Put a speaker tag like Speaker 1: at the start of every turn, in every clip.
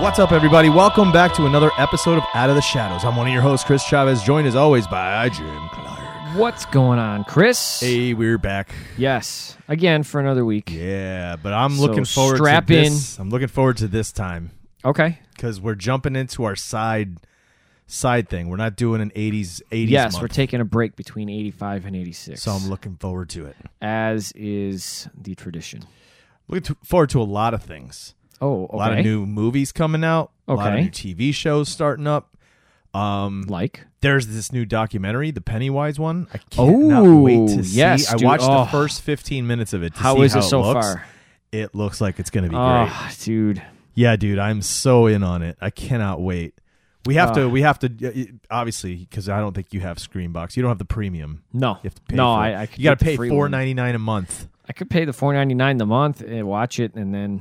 Speaker 1: What's up, everybody? Welcome back to another episode of Out of the Shadows. I'm one of your hosts, Chris Chavez, joined as always by Jim Clark.
Speaker 2: What's going on, Chris?
Speaker 1: Hey, we're back.
Speaker 2: Yes, again for another week.
Speaker 1: Yeah, but I'm
Speaker 2: So
Speaker 1: looking forward
Speaker 2: strap
Speaker 1: to this. I'm looking forward to this time
Speaker 2: Okay.
Speaker 1: because we're jumping into our side side thing. We're not doing an 80s 80s
Speaker 2: yes,
Speaker 1: month,
Speaker 2: we're taking a break between 85 and 86.
Speaker 1: so I'm looking forward to it.
Speaker 2: as is the tradition.
Speaker 1: Looking to- forward to a lot of things.
Speaker 2: Oh, okay.
Speaker 1: A lot of new movies coming out. A lot of
Speaker 2: Okay.
Speaker 1: new TV shows starting up. Um,
Speaker 2: like.
Speaker 1: there's this new documentary, the Pennywise one. I cannot wait to
Speaker 2: Oh,
Speaker 1: see.
Speaker 2: yes,
Speaker 1: I
Speaker 2: dude.
Speaker 1: watched
Speaker 2: Oh.
Speaker 1: the first 15 minutes of it. To
Speaker 2: How
Speaker 1: see
Speaker 2: is it so
Speaker 1: looks.
Speaker 2: far?
Speaker 1: It looks like it's going to be great.
Speaker 2: Oh, dude.
Speaker 1: Yeah, dude, I'm so in on it. I cannot wait. We have
Speaker 2: Oh.
Speaker 1: to. We have to. y- y- Obviously, because I don't think you have Screenbox. You don't have the premium.
Speaker 2: No.
Speaker 1: You have to pay.
Speaker 2: no,
Speaker 1: for it.
Speaker 2: I, I could
Speaker 1: you got to
Speaker 2: get
Speaker 1: pay
Speaker 2: the free
Speaker 1: four
Speaker 2: one.
Speaker 1: ninety nine a month.
Speaker 2: I could pay the 4.99 the month and watch it and then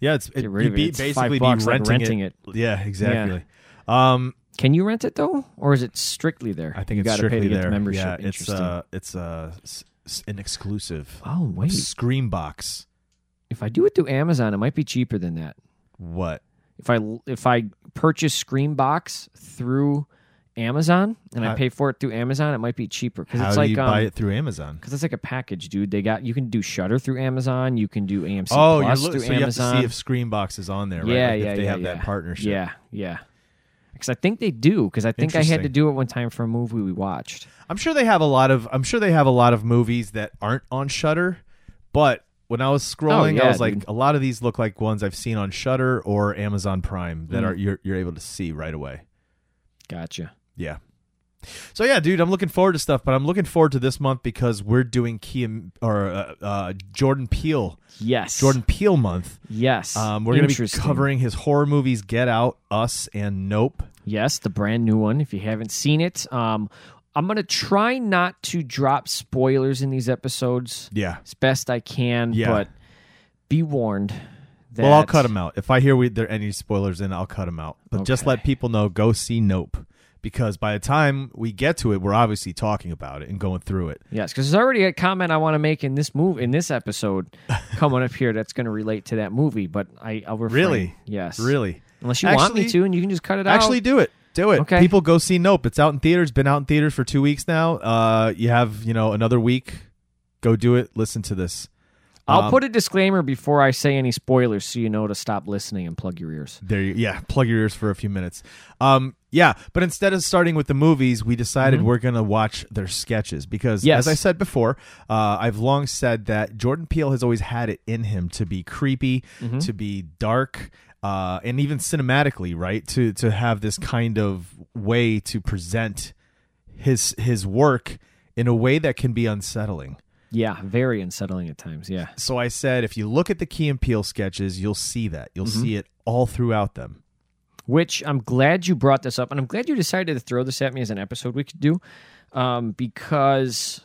Speaker 1: Yeah, it's it,
Speaker 2: Get rid
Speaker 1: you'd
Speaker 2: of it.
Speaker 1: be
Speaker 2: It's five
Speaker 1: basically be
Speaker 2: bucks, like
Speaker 1: renting,
Speaker 2: renting
Speaker 1: it. Yeah, exactly. Um,
Speaker 2: Can you rent it though? Or is it strictly there?
Speaker 1: I think
Speaker 2: you
Speaker 1: it's
Speaker 2: gotta
Speaker 1: strictly
Speaker 2: pay to get
Speaker 1: there.
Speaker 2: The membership.
Speaker 1: Yeah, it's
Speaker 2: Interesting.
Speaker 1: uh, it's uh, s- s- an exclusive
Speaker 2: oh, wait.
Speaker 1: Screenbox.
Speaker 2: If I do it through Amazon, it might be cheaper than that.
Speaker 1: What?
Speaker 2: if I if I purchase Screenbox through Amazon and
Speaker 1: How-
Speaker 2: I pay for it through Amazon, it might be cheaper because
Speaker 1: How
Speaker 2: it's
Speaker 1: do
Speaker 2: like
Speaker 1: you buy
Speaker 2: um
Speaker 1: it through Amazon?
Speaker 2: because it's like a package, dude. They got you can do Shutter through Amazon, you can do AMC
Speaker 1: Oh, you're
Speaker 2: Plus
Speaker 1: look,
Speaker 2: through
Speaker 1: so you have to
Speaker 2: Amazon.
Speaker 1: see if Screenbox is on there, right?
Speaker 2: yeah,
Speaker 1: Like,
Speaker 2: yeah,
Speaker 1: if they
Speaker 2: yeah,
Speaker 1: have
Speaker 2: yeah.
Speaker 1: that partnership.
Speaker 2: Yeah, yeah. Because I think they do. Because I think I had to
Speaker 1: Interesting.
Speaker 2: do it one time for a movie we watched.
Speaker 1: I'm sure they have a lot of. I'm sure they have a lot of movies that aren't on Shutter, but when I was scrolling, I
Speaker 2: Oh, yeah,
Speaker 1: was like,
Speaker 2: dude.
Speaker 1: a lot of these look like ones I've seen on Shutter or Amazon Prime
Speaker 2: Mm.
Speaker 1: that are you're you're able to see right away.
Speaker 2: Gotcha.
Speaker 1: Yeah. So yeah, dude, I'm looking forward to stuff, but I'm looking forward to this month because we're doing Key or uh, uh, Jordan Peele,
Speaker 2: Yes,
Speaker 1: Jordan Peele month.
Speaker 2: Yes,
Speaker 1: Um, we're going to be
Speaker 2: Interesting.
Speaker 1: covering his horror movies, Get Out, Us, and Nope.
Speaker 2: Yes, the brand new one. If you haven't seen it, um, I'm gonna try not to drop spoilers in these episodes.
Speaker 1: Yeah.
Speaker 2: as best I can.
Speaker 1: Yeah.
Speaker 2: But be warned that
Speaker 1: Well, I'll cut them out. If I hear we, there are any spoilers in, I'll cut them out. But just
Speaker 2: Okay.
Speaker 1: let people know, go see Nope. Because by the time we get to it, we're obviously talking about it and going through it.
Speaker 2: Yes, because there's already a comment I want to make in this move in this episode coming up here that's going to relate to that movie. But I, I'll refrain.
Speaker 1: Really?
Speaker 2: Yes.
Speaker 1: Really?
Speaker 2: Unless you want me
Speaker 1: Actually-
Speaker 2: to, and you can just cut it out.
Speaker 1: Actually, do it. Do it.
Speaker 2: Okay.
Speaker 1: People go see Nope. It's out in theaters. Been out in theaters for two weeks now. Uh, you have you know another week. Go do it. Listen to this.
Speaker 2: I'll
Speaker 1: um,
Speaker 2: put a disclaimer before I say any spoilers, so you know to stop listening and plug your ears.
Speaker 1: There you yeah, plug your ears for a few minutes. Um yeah, but instead of starting with the movies, we decided we're going to watch their sketches because
Speaker 2: Yes.
Speaker 1: as I said before, uh, I've long said that Jordan Peele has always had it in him to be creepy, to be dark, uh, and even cinematically, right? To to have this kind of way to present his his work in a way that can be unsettling.
Speaker 2: Yeah, very unsettling at times. Yeah.
Speaker 1: So I said if you look at the Key and Peele sketches, you'll see that. You'll see it all throughout them.
Speaker 2: which I'm glad you brought this up, and I'm glad you decided to throw this at me as an episode we could do, um, because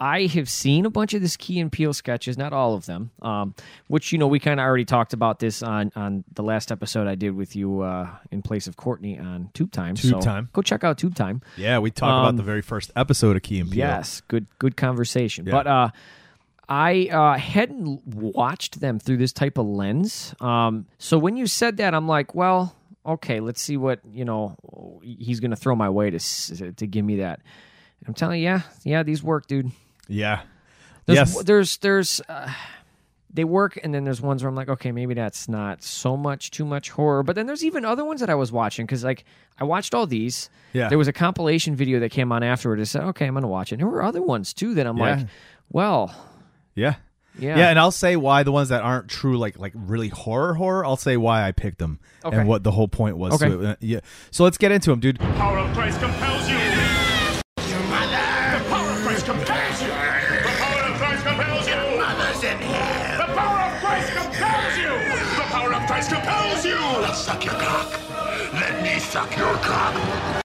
Speaker 2: I have seen a bunch of this Key and Peel sketches, not all of them, um, which you know we kind of already talked about this on on the last episode I did with you uh, in place of Courtney on Tube Time.
Speaker 1: Tube
Speaker 2: so
Speaker 1: Time.
Speaker 2: go check out Tube Time.
Speaker 1: Yeah, we talked about
Speaker 2: Um,
Speaker 1: the very first episode of Key and Peele.
Speaker 2: Yes, good good conversation.
Speaker 1: Yeah.
Speaker 2: But uh, I uh, hadn't l- watched them through this type of lens. Um, so when you said that, I'm like, well, okay, let's see what you know he's going to throw my way to s- to give me that. And I'm telling you, yeah, yeah, these work, dude.
Speaker 1: Yeah.
Speaker 2: There's,
Speaker 1: yes.
Speaker 2: there's, there's, uh, they work, and then there's ones where I'm like, okay, maybe that's not so much, too much horror. But then there's even other ones that I was watching because, like, I watched all these.
Speaker 1: Yeah.
Speaker 2: There was a compilation video that came on afterward. I said, okay, I'm gonna watch it. And there were other ones too that I'm
Speaker 1: Yeah.
Speaker 2: like, well,
Speaker 1: yeah.
Speaker 2: yeah,
Speaker 1: yeah. and I'll say why the ones that aren't true, like like really horror horror. I'll say why I picked them
Speaker 2: Okay.
Speaker 1: and what the whole point was.
Speaker 2: Okay.
Speaker 1: to it. Uh, Yeah. So let's get into them, dude.
Speaker 3: power of Christ compels you. I'll suck your cock. Let me suck your cock.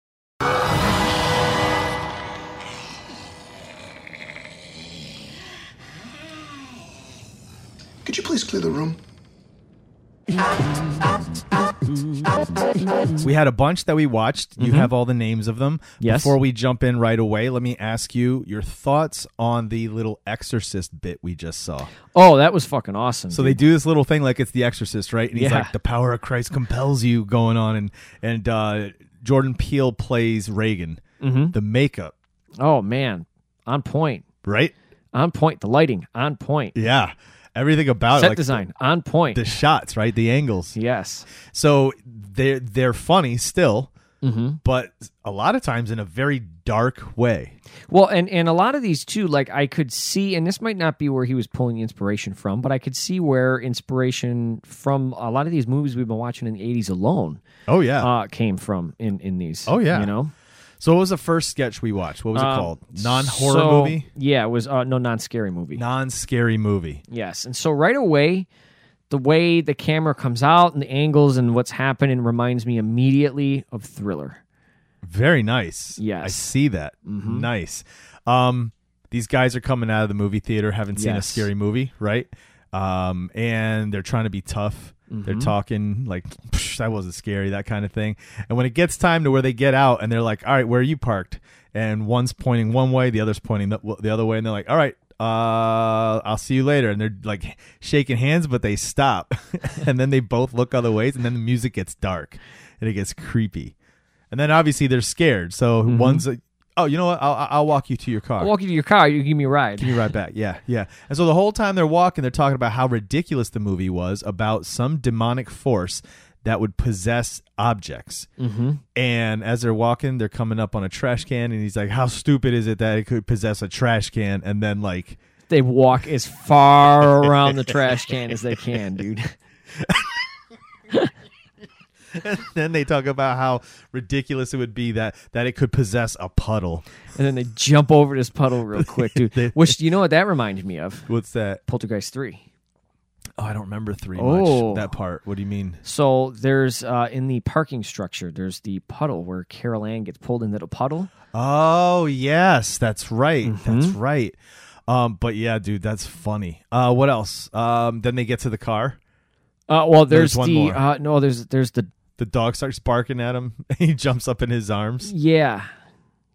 Speaker 4: Could you please clear the room?
Speaker 1: We had a bunch that we watched. You have all the names of them.
Speaker 2: Mm-hmm. Yes.
Speaker 1: Before we jump in right away, let me ask you your thoughts on the little exorcist bit we just saw.
Speaker 2: Oh, that was fucking awesome.
Speaker 1: So they do this little thing like it's the exorcist, right? And he's
Speaker 2: Yeah.
Speaker 1: like, the power of Christ compels you going on. And, and uh, Jordan Peele plays Reagan,
Speaker 2: Mm-hmm.
Speaker 1: the makeup,
Speaker 2: oh man, on point,
Speaker 1: right?
Speaker 2: on point. The lighting, on point.
Speaker 1: Yeah. Everything about
Speaker 2: Set
Speaker 1: it. Like
Speaker 2: design, on point.
Speaker 1: the shots, right? The angles.
Speaker 2: yes.
Speaker 1: So they're, they're funny still,
Speaker 2: Mm-hmm.
Speaker 1: but a lot of times in a very dark way.
Speaker 2: Well, and and a lot of these too, like I could see, and this might not be where he was pulling inspiration from, but I could see where inspiration from a lot of these movies we've been watching in the '80s alone
Speaker 1: Oh, yeah.
Speaker 2: uh, came from in in these.
Speaker 1: Oh, yeah.
Speaker 2: you know,
Speaker 1: So what was the first sketch we watched? What was it
Speaker 2: Um,
Speaker 1: called? Non horror
Speaker 2: So-
Speaker 1: movie?
Speaker 2: Yeah, it was uh, no non-scary movie.
Speaker 1: Non scary movie.
Speaker 2: Yes. And so right away, the way the camera comes out and the angles and what's happening reminds me immediately of Thriller.
Speaker 1: Very nice.
Speaker 2: Yes. Mm-hmm.
Speaker 1: I see that. Nice. Um these guys are coming out of the movie theater, haven't seen a
Speaker 2: Yes.
Speaker 1: scary movie, right? Um, and they're trying to be tough. They're
Speaker 2: Mm-hmm.
Speaker 1: talking like "Psh, that wasn't scary, that kind of thing. And when it gets time to where they get out and they're like, "All right, where are you parked?" And one's pointing one way, the other's pointing the, the other way, and they're like, "All right, uh, I'll see you later." And they're like shaking hands, but they stop, and then they both look other ways, and then the music gets dark, and it gets creepy. And then obviously they're scared. So one's like, oh, you know what? I'll, I'll walk you to your car.
Speaker 2: Mm-hmm. I'll walk you to your car, you give me a ride.
Speaker 1: Be right back. Yeah, yeah. And so the whole time they're walking, they're talking about how ridiculous the movie was about some demonic force that would possess objects. Mm-hmm. And as they're walking, they're coming up on a trash can, and he's like, "How stupid is it that it could possess a trash can?" And then like,
Speaker 2: They walk as far around the trash can as they can, dude.
Speaker 1: then they talk about how ridiculous it would be that that it could possess a puddle.
Speaker 2: And then they jump over this puddle real quick, dude. Which, you know what that reminded me of?
Speaker 1: What's that?
Speaker 2: Poltergeist 3.
Speaker 1: Oh, I don't remember three
Speaker 2: Oh.
Speaker 1: much. That part. What do you mean?
Speaker 2: So there's uh, in the parking structure, there's the puddle where Carol Ann gets pulled into the puddle.
Speaker 1: Oh yes, that's right. That's
Speaker 2: Mm-hmm.
Speaker 1: right. Um, but yeah, dude, that's funny. Uh, what else? Um, then they get to the car.
Speaker 2: Uh, well, there's,
Speaker 1: There's one
Speaker 2: the
Speaker 1: more.
Speaker 2: uh, no, there's there's the
Speaker 1: The dog starts barking at him. he jumps up in his arms.
Speaker 2: Yeah.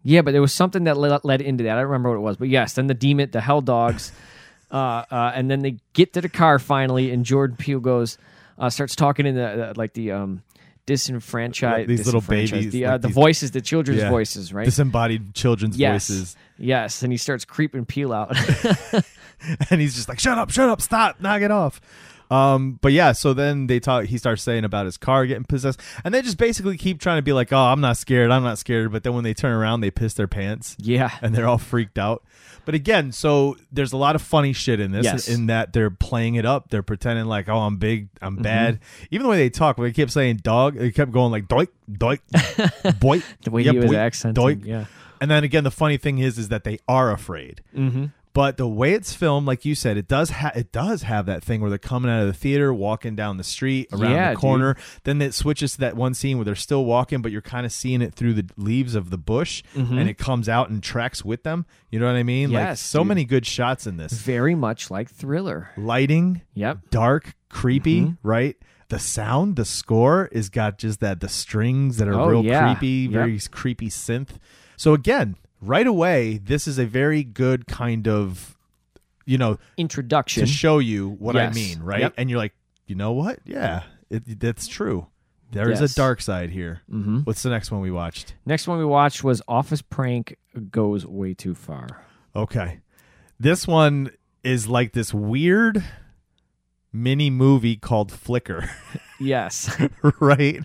Speaker 2: Yeah, but there was something that led, led into that. I don't remember what it was. But yes, then the demon, the hell dogs, uh, uh, and then they get to the car finally, and Jordan Peele goes, uh, starts talking in the, the- like the um, disenfranchised,
Speaker 1: These little
Speaker 2: disenfranchised-
Speaker 1: babies,
Speaker 2: the, uh,
Speaker 1: like
Speaker 2: the
Speaker 1: these-
Speaker 2: voices, the children's
Speaker 1: Yeah.
Speaker 2: voices, right?
Speaker 1: Disembodied children's
Speaker 2: yes,
Speaker 1: voices,
Speaker 2: yes, and he starts creeping Peele out.
Speaker 1: and he's just like, "Shut up! Shut up! Stop! Knock it off!" Um, but yeah, so then they talk. He starts saying about his car getting possessed, and they just basically keep trying to be like, "Oh, I'm not scared. I'm not scared." But then when they turn around, they piss their pants.
Speaker 2: yeah,
Speaker 1: and they're all freaked out. But again, so there's a lot of funny shit in this,
Speaker 2: Yes.
Speaker 1: in that they're playing it up. They're pretending like, oh, I'm big, I'm
Speaker 2: Mm-hmm.
Speaker 1: bad. Even the way they talk, when they kept saying dog, they kept going like doik, doik, boik.
Speaker 2: the way
Speaker 1: yeah,
Speaker 2: he was
Speaker 1: boik,
Speaker 2: accenting,
Speaker 1: doik.
Speaker 2: yeah,
Speaker 1: And then again, the funny thing is, is that they are afraid. Mm-hmm. But the way it's filmed, like you said, it does ha- it does have that thing where they're coming out of the theater, walking down the street, around
Speaker 2: Yeah,
Speaker 1: the corner. Then it switches to that one scene where they're still walking, but you're kind of seeing it through the leaves of the bush, and it comes out and tracks with them. You know what I mean? like
Speaker 2: Mm-hmm. Yes,
Speaker 1: so
Speaker 2: dude.
Speaker 1: many good shots in this
Speaker 2: very much like Thriller.
Speaker 1: lighting,
Speaker 2: Yep.
Speaker 1: dark, creepy,
Speaker 2: Mm-hmm.
Speaker 1: right? The sound, the score is got just that the strings that are
Speaker 2: Oh,
Speaker 1: real
Speaker 2: yeah.
Speaker 1: creepy, very creepy synth. So again, right away, this is a very good kind of you know
Speaker 2: Introduction.
Speaker 1: to show you what I
Speaker 2: Yes.
Speaker 1: mean, right?
Speaker 2: Yep.
Speaker 1: And you're like, you know what? Yeah, it, that's true. There is
Speaker 2: Yes.
Speaker 1: a dark side here. Mm-hmm. What's the next one we watched?
Speaker 2: Next one we watched was Office Prank Goes Way Too Far.
Speaker 1: Okay, this one is like this weird mini movie called Flicker.
Speaker 2: Yes.
Speaker 1: right?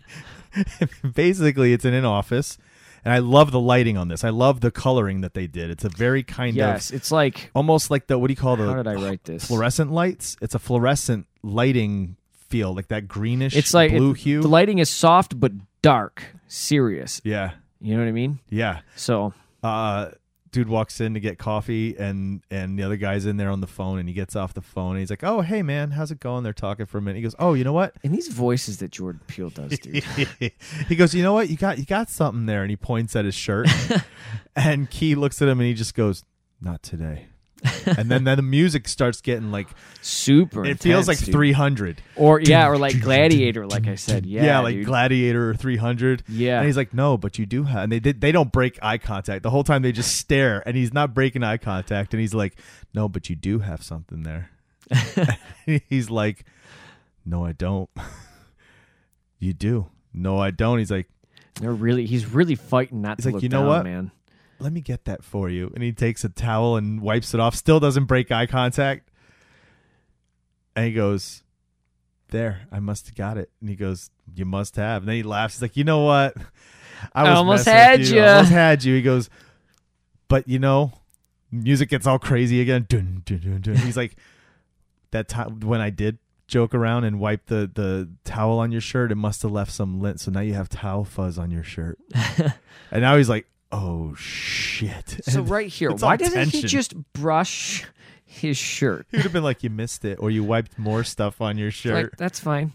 Speaker 1: Basically, it's in an office, and I love the lighting on this. I love the coloring that they did. It's a very kind
Speaker 2: Yes,
Speaker 1: of
Speaker 2: it's like
Speaker 1: almost like the what do you call
Speaker 2: how did
Speaker 1: the
Speaker 2: I write this?
Speaker 1: fluorescent lights? It's a fluorescent lighting feel, like that greenish,
Speaker 2: It's like
Speaker 1: blue
Speaker 2: it-
Speaker 1: hue.
Speaker 2: The lighting is soft but dark, serious.
Speaker 1: yeah,
Speaker 2: You know what I mean?
Speaker 1: yeah.
Speaker 2: So
Speaker 1: Uh, dude walks in to get coffee and and the other guy's in there on the phone and he gets off the phone and he's like, "Oh, hey man, how's it going?" They're talking for a minute. He goes, "Oh, you know what?"
Speaker 2: And these voices that Jordan Peele does, dude.
Speaker 1: he goes, "You know what? You got you got something there." And he points at his shirt. and Key looks at him and he just goes, "Not today." and then, then the music starts getting like
Speaker 2: Super.
Speaker 1: it feels
Speaker 2: intense,
Speaker 1: like
Speaker 2: dude.
Speaker 1: 300
Speaker 2: Or yeah, or like Gladiator, like I said. Yeah,
Speaker 1: yeah, like
Speaker 2: dude.
Speaker 1: gladiator or 300
Speaker 2: Yeah.
Speaker 1: and he's like no but you do have and they did, they don't break eye contact the whole time they just stare and he's not breaking eye contact and he's like no but you do have something there he's like no i don't you do no i don't he's like
Speaker 2: They're really. He's really fighting not
Speaker 1: He's
Speaker 2: to
Speaker 1: like,
Speaker 2: look
Speaker 1: "You know
Speaker 2: down,
Speaker 1: what?
Speaker 2: man.
Speaker 1: let me get that for you and he takes a towel and wipes it off still doesn't break eye contact and he goes there i must have got it and he goes you must have and then he laughs he's like you know what
Speaker 2: I
Speaker 1: was
Speaker 2: almost
Speaker 1: messing with
Speaker 2: had
Speaker 1: you. I
Speaker 2: ya."
Speaker 1: almost had you he goes but you know music gets all crazy again dun, dun, dun, dun. he's like that time when i did joke around and wipe the the towel on your shirt it must have left some lint so now you have towel fuzz on your shirt and now he's like, "Oh shit!"
Speaker 2: So
Speaker 1: And
Speaker 2: right here,
Speaker 1: it's
Speaker 2: why
Speaker 1: all
Speaker 2: doesn't he
Speaker 1: tension.
Speaker 2: just brush his shirt?
Speaker 1: he would have been like, "You missed it," or "You wiped more stuff on your shirt,"
Speaker 2: Like that's fine.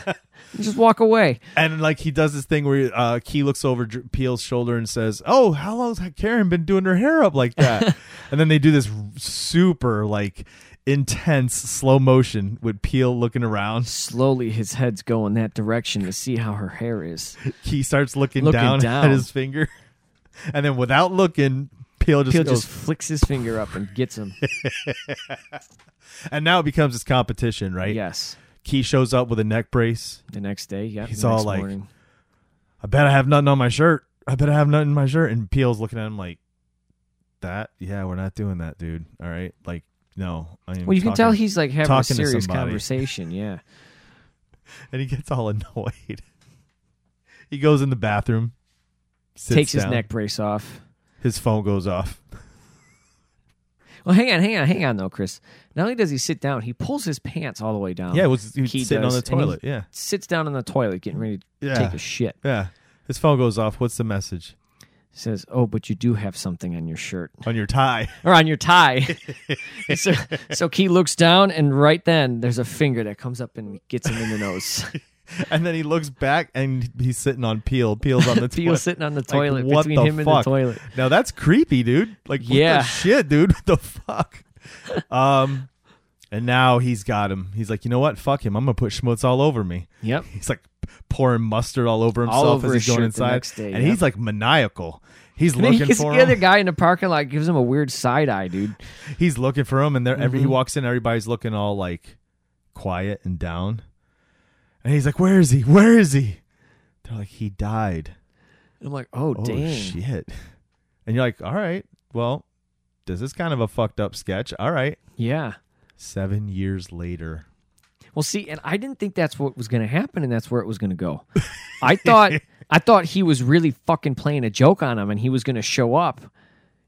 Speaker 2: just walk away.
Speaker 1: and like he does this thing where uh, Key looks over Dr- Peel's shoulder and says, "Oh, how long's Karen been doing her hair up like that?" and then they do this super like intense slow motion with Peel looking around.
Speaker 2: Slowly, his head's going that direction to see how her hair is.
Speaker 1: Key starts looking,
Speaker 2: Looking down.
Speaker 1: at his finger, and then without looking, Peel just
Speaker 2: Peel
Speaker 1: goes,
Speaker 2: just flicks his finger up and gets him.
Speaker 1: and now it becomes this competition, right?
Speaker 2: yes.
Speaker 1: Key shows up with a neck brace.
Speaker 2: The next day, yeah.
Speaker 1: He's
Speaker 2: the next
Speaker 1: all like,
Speaker 2: morning.
Speaker 1: I bet I have nothing on my shirt. I bet I have nothing in my shirt. And Peel's looking at him like, that? Yeah, we're not doing that, dude. All right. Like, no. I am
Speaker 2: Well, you can tell
Speaker 1: talking-
Speaker 2: he's like having a
Speaker 1: talking to
Speaker 2: serious
Speaker 1: somebody.
Speaker 2: conversation. Yeah.
Speaker 1: And he gets all annoyed. he goes in the bathroom, sits
Speaker 2: Takes his
Speaker 1: down.
Speaker 2: neck brace off.
Speaker 1: His phone goes off.
Speaker 2: Well, hang on, hang on, hang on, though, Chris. Not only does he sit down, he pulls his pants all the way down.
Speaker 1: yeah, it was he was
Speaker 2: Key
Speaker 1: sitting on
Speaker 2: does,
Speaker 1: the
Speaker 2: and he-
Speaker 1: toilet. Yeah.
Speaker 2: Sits down in the toilet, getting ready to
Speaker 1: Yeah.
Speaker 2: take a shit.
Speaker 1: Yeah. His phone goes off. What's the message?
Speaker 2: Says, "Oh, but you do have something on your shirt
Speaker 1: On your tie.
Speaker 2: or on your tie." so, so Key looks down, and right then there's a finger that comes up and gets him in the nose.
Speaker 1: and then he looks back and he's sitting on Peel. Peel's on the
Speaker 2: Peel
Speaker 1: toilet.
Speaker 2: sitting on the
Speaker 1: Like,
Speaker 2: toilet
Speaker 1: what
Speaker 2: between
Speaker 1: the
Speaker 2: him and the
Speaker 1: fuck?
Speaker 2: toilet.
Speaker 1: Now that's creepy, dude. Like, what
Speaker 2: Yeah.
Speaker 1: the shit, dude. What the fuck? Um, and now he's got him. He's like, you know what? Fuck him. I'm gonna put schmutz all over me.
Speaker 2: Yep.
Speaker 1: He's like pouring mustard all over himself
Speaker 2: over
Speaker 1: as
Speaker 2: his
Speaker 1: he's going
Speaker 2: shirt the
Speaker 1: inside,
Speaker 2: next day,
Speaker 1: and
Speaker 2: yeah.
Speaker 1: he's like maniacal. He's
Speaker 2: And then he
Speaker 1: looking
Speaker 2: gets
Speaker 1: for
Speaker 2: the other
Speaker 1: him.
Speaker 2: guy in the parking lot, gives him a weird side eye, dude.
Speaker 1: He's looking for him, and there every he
Speaker 2: Mm-hmm.
Speaker 1: walks in, everybody's looking all like quiet and down. And he's like, "Where is he? Where is he?" They're like, "He died."
Speaker 2: I'm like, "Oh,
Speaker 1: oh
Speaker 2: dang."
Speaker 1: shit and you're like all right well this is kind of a fucked up sketch all right
Speaker 2: Yeah.
Speaker 1: seven years later
Speaker 2: Well, see, and I didn't think that's what was going to happen, and that's where it was going to go. I thought, I thought he was really fucking playing a joke on him, and he was going to show up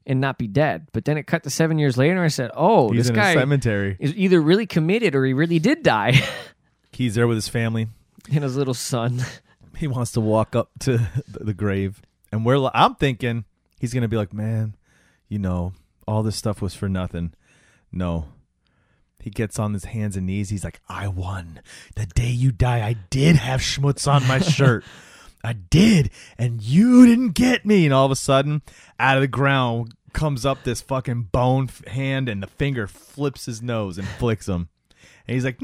Speaker 2: and not be dead. But then it cut to seven years later, and I said, "Oh,
Speaker 1: he's
Speaker 2: this
Speaker 1: in
Speaker 2: guy
Speaker 1: a cemetery
Speaker 2: is either really committed or he really did die."
Speaker 1: he's there with his family
Speaker 2: and his little son.
Speaker 1: he wants to walk up to the the grave and we're li- i'm thinking he's gonna be like man you know all this stuff was for nothing no he gets on his hands and knees he's like i won the day you die i did have schmutz on my shirt i did and you didn't get me and all of a sudden out of the ground comes up this fucking bone f- hand and the finger flips his nose and flicks him and he's like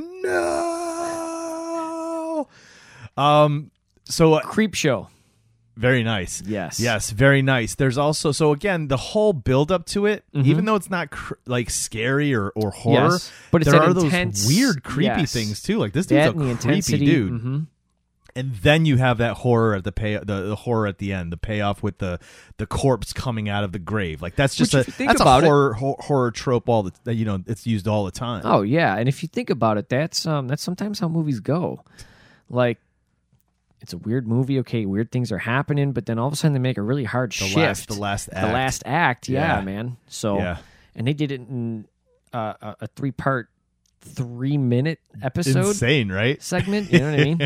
Speaker 1: no um so uh,
Speaker 2: Creep show.
Speaker 1: very nice.
Speaker 2: Yes.
Speaker 1: Yes, very nice. There's also so again the whole build up to it, even though it's not cr- like scary or, or horror,
Speaker 2: Mm-hmm. Yes, but it's
Speaker 1: there
Speaker 2: that
Speaker 1: are
Speaker 2: intense-
Speaker 1: those weird creepy
Speaker 2: yes.
Speaker 1: things too. Like this dude's a
Speaker 2: That and the
Speaker 1: creepy
Speaker 2: intensity,
Speaker 1: dude,
Speaker 2: hmm
Speaker 1: and then you have that horror at the pay the, the horror at the end, the payoff with the the corpse coming out of the grave. Like that's just
Speaker 2: Which,
Speaker 1: a
Speaker 2: if you think
Speaker 1: that's
Speaker 2: about
Speaker 1: a
Speaker 2: it-
Speaker 1: horror hor- horror trope all the that, you know it's used all the time.
Speaker 2: Oh yeah, and if you think about it, that's um, that's sometimes how movies go. Like, it's a weird movie. Okay, weird things are happening, but then all of a sudden they make a really hard
Speaker 1: the
Speaker 2: shift.
Speaker 1: last the last act.
Speaker 2: the last act. Yeah,
Speaker 1: Yeah.
Speaker 2: man. So,
Speaker 1: Yeah.
Speaker 2: and they did it in uh, a, a three part three minute episode
Speaker 1: Insane, right?
Speaker 2: segment. You know what I mean?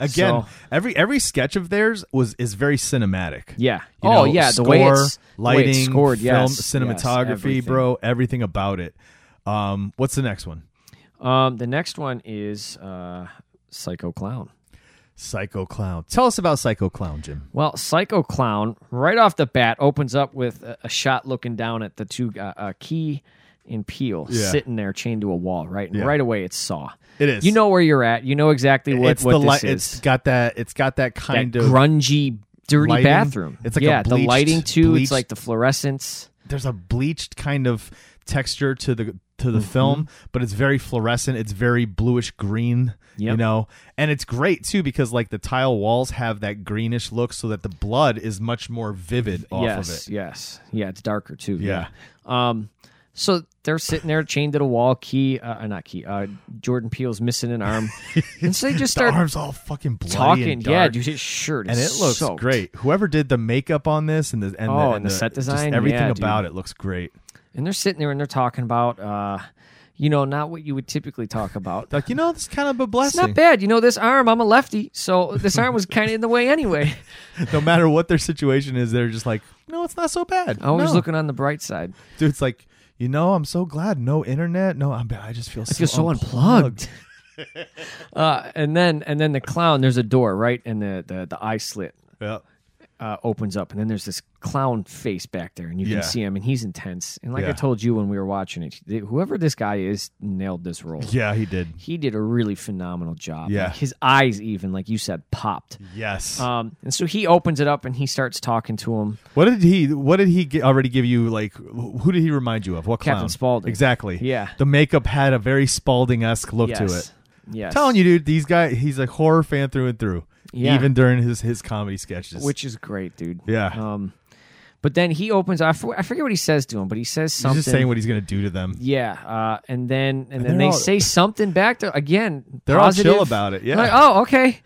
Speaker 1: Again,
Speaker 2: So-
Speaker 1: every every sketch of theirs was is very cinematic.
Speaker 2: Yeah.
Speaker 1: You
Speaker 2: oh
Speaker 1: know,
Speaker 2: yeah,
Speaker 1: score,
Speaker 2: the way it's the way
Speaker 1: lighting,
Speaker 2: it's scored,
Speaker 1: film,
Speaker 2: yes, yes,
Speaker 1: cinematography,
Speaker 2: everything.
Speaker 1: bro, everything about it. Um, what's the next one?
Speaker 2: Um, the next one is uh, Psycho Clown.
Speaker 1: Psycho Clown. Tell us about Psycho Clown, Jim.
Speaker 2: Well, Psycho Clown, right off the bat, opens up with a, a shot looking down at the two uh, uh, Key and Peel
Speaker 1: Yeah.
Speaker 2: sitting there chained to a wall, right? And
Speaker 1: Yeah.
Speaker 2: right away, it's Saw.
Speaker 1: It is.
Speaker 2: You know where you're at. You know exactly what,
Speaker 1: it's
Speaker 2: what
Speaker 1: the
Speaker 2: this
Speaker 1: light.
Speaker 2: is.
Speaker 1: It's got that. It's got that kind
Speaker 2: that
Speaker 1: of.
Speaker 2: grungy, dirty
Speaker 1: lighting.
Speaker 2: bathroom.
Speaker 1: It's like a
Speaker 2: yeah, the
Speaker 1: bleached-
Speaker 2: lighting too. It's
Speaker 1: bleached-
Speaker 2: like the fluorescence.
Speaker 1: There's a bleached kind of texture to the to the film, but it's very fluorescent. It's very bluish green. You
Speaker 2: Yep.
Speaker 1: know, and it's great too because like the tile walls have that greenish look, so that the blood is much more vivid off
Speaker 2: yes,
Speaker 1: of it.
Speaker 2: Yes, yeah, it's darker too.
Speaker 1: Yeah.
Speaker 2: Um, so they're sitting there chained to the wall. Key, uh, uh, not Key. Uh, Jordan Peele's missing an arm, and so they just
Speaker 1: The
Speaker 2: start
Speaker 1: arms all fucking bloody
Speaker 2: talking.
Speaker 1: and
Speaker 2: yeah,
Speaker 1: dark.
Speaker 2: dude, his shirt is
Speaker 1: and it looks
Speaker 2: soaked.
Speaker 1: great. Whoever did the makeup on this and the and,
Speaker 2: Oh,
Speaker 1: the,
Speaker 2: and the set
Speaker 1: just
Speaker 2: design?
Speaker 1: everything
Speaker 2: Yeah, dude.
Speaker 1: about it looks great.
Speaker 2: And they're sitting there and they're talking about, uh, you know, not what you would typically talk about.
Speaker 1: Like you know, it's kind of a
Speaker 2: It's
Speaker 1: blessing.
Speaker 2: not bad, you know. This arm, I'm a lefty, so this arm was kind of in the way anyway.
Speaker 1: no matter what their situation is, they're just like, no, it's not so bad.
Speaker 2: Always
Speaker 1: no.
Speaker 2: looking on the bright side.
Speaker 1: dude. It's like, you know, I'm so glad no internet. No, I'm. I just feel.
Speaker 2: I feel so unplugged. uh, and then and then the clown. There's a door right, and the the, the eye slit
Speaker 1: Yeah.
Speaker 2: uh, opens up, and then there's this clown face back there, and you
Speaker 1: Yeah.
Speaker 2: can see him, and he's intense. And like I
Speaker 1: Yeah.
Speaker 2: told you when we were watching it, th- whoever this guy is nailed this role.
Speaker 1: Yeah, he did.
Speaker 2: He did a really phenomenal job.
Speaker 1: Yeah.
Speaker 2: Like, his eyes, even like you said, popped.
Speaker 1: Yes.
Speaker 2: Um, and so he opens it up and he starts talking to him.
Speaker 1: what did he? What did he get, already give you? Like, wh- who did he remind you of? What
Speaker 2: Captain
Speaker 1: clown?
Speaker 2: Spaulding.
Speaker 1: Exactly.
Speaker 2: Yeah.
Speaker 1: The makeup had a very Spalding esque look to it.
Speaker 2: Yes. Yes.
Speaker 1: Telling you, dude, these guys. He's a horror fan through and through.
Speaker 2: Yeah.
Speaker 1: Even during his his comedy sketches.
Speaker 2: Which is great, dude.
Speaker 1: Yeah.
Speaker 2: Um, but then he opens. I for- I forget what he says to him, but he says
Speaker 1: He's
Speaker 2: something.
Speaker 1: just saying what he's gonna do to them.
Speaker 2: Yeah, uh, and then and,
Speaker 1: they're
Speaker 2: then they
Speaker 1: all-
Speaker 2: say something back to again.
Speaker 1: They're all
Speaker 2: positive.
Speaker 1: chill about it, yeah.
Speaker 2: Like, oh, okay.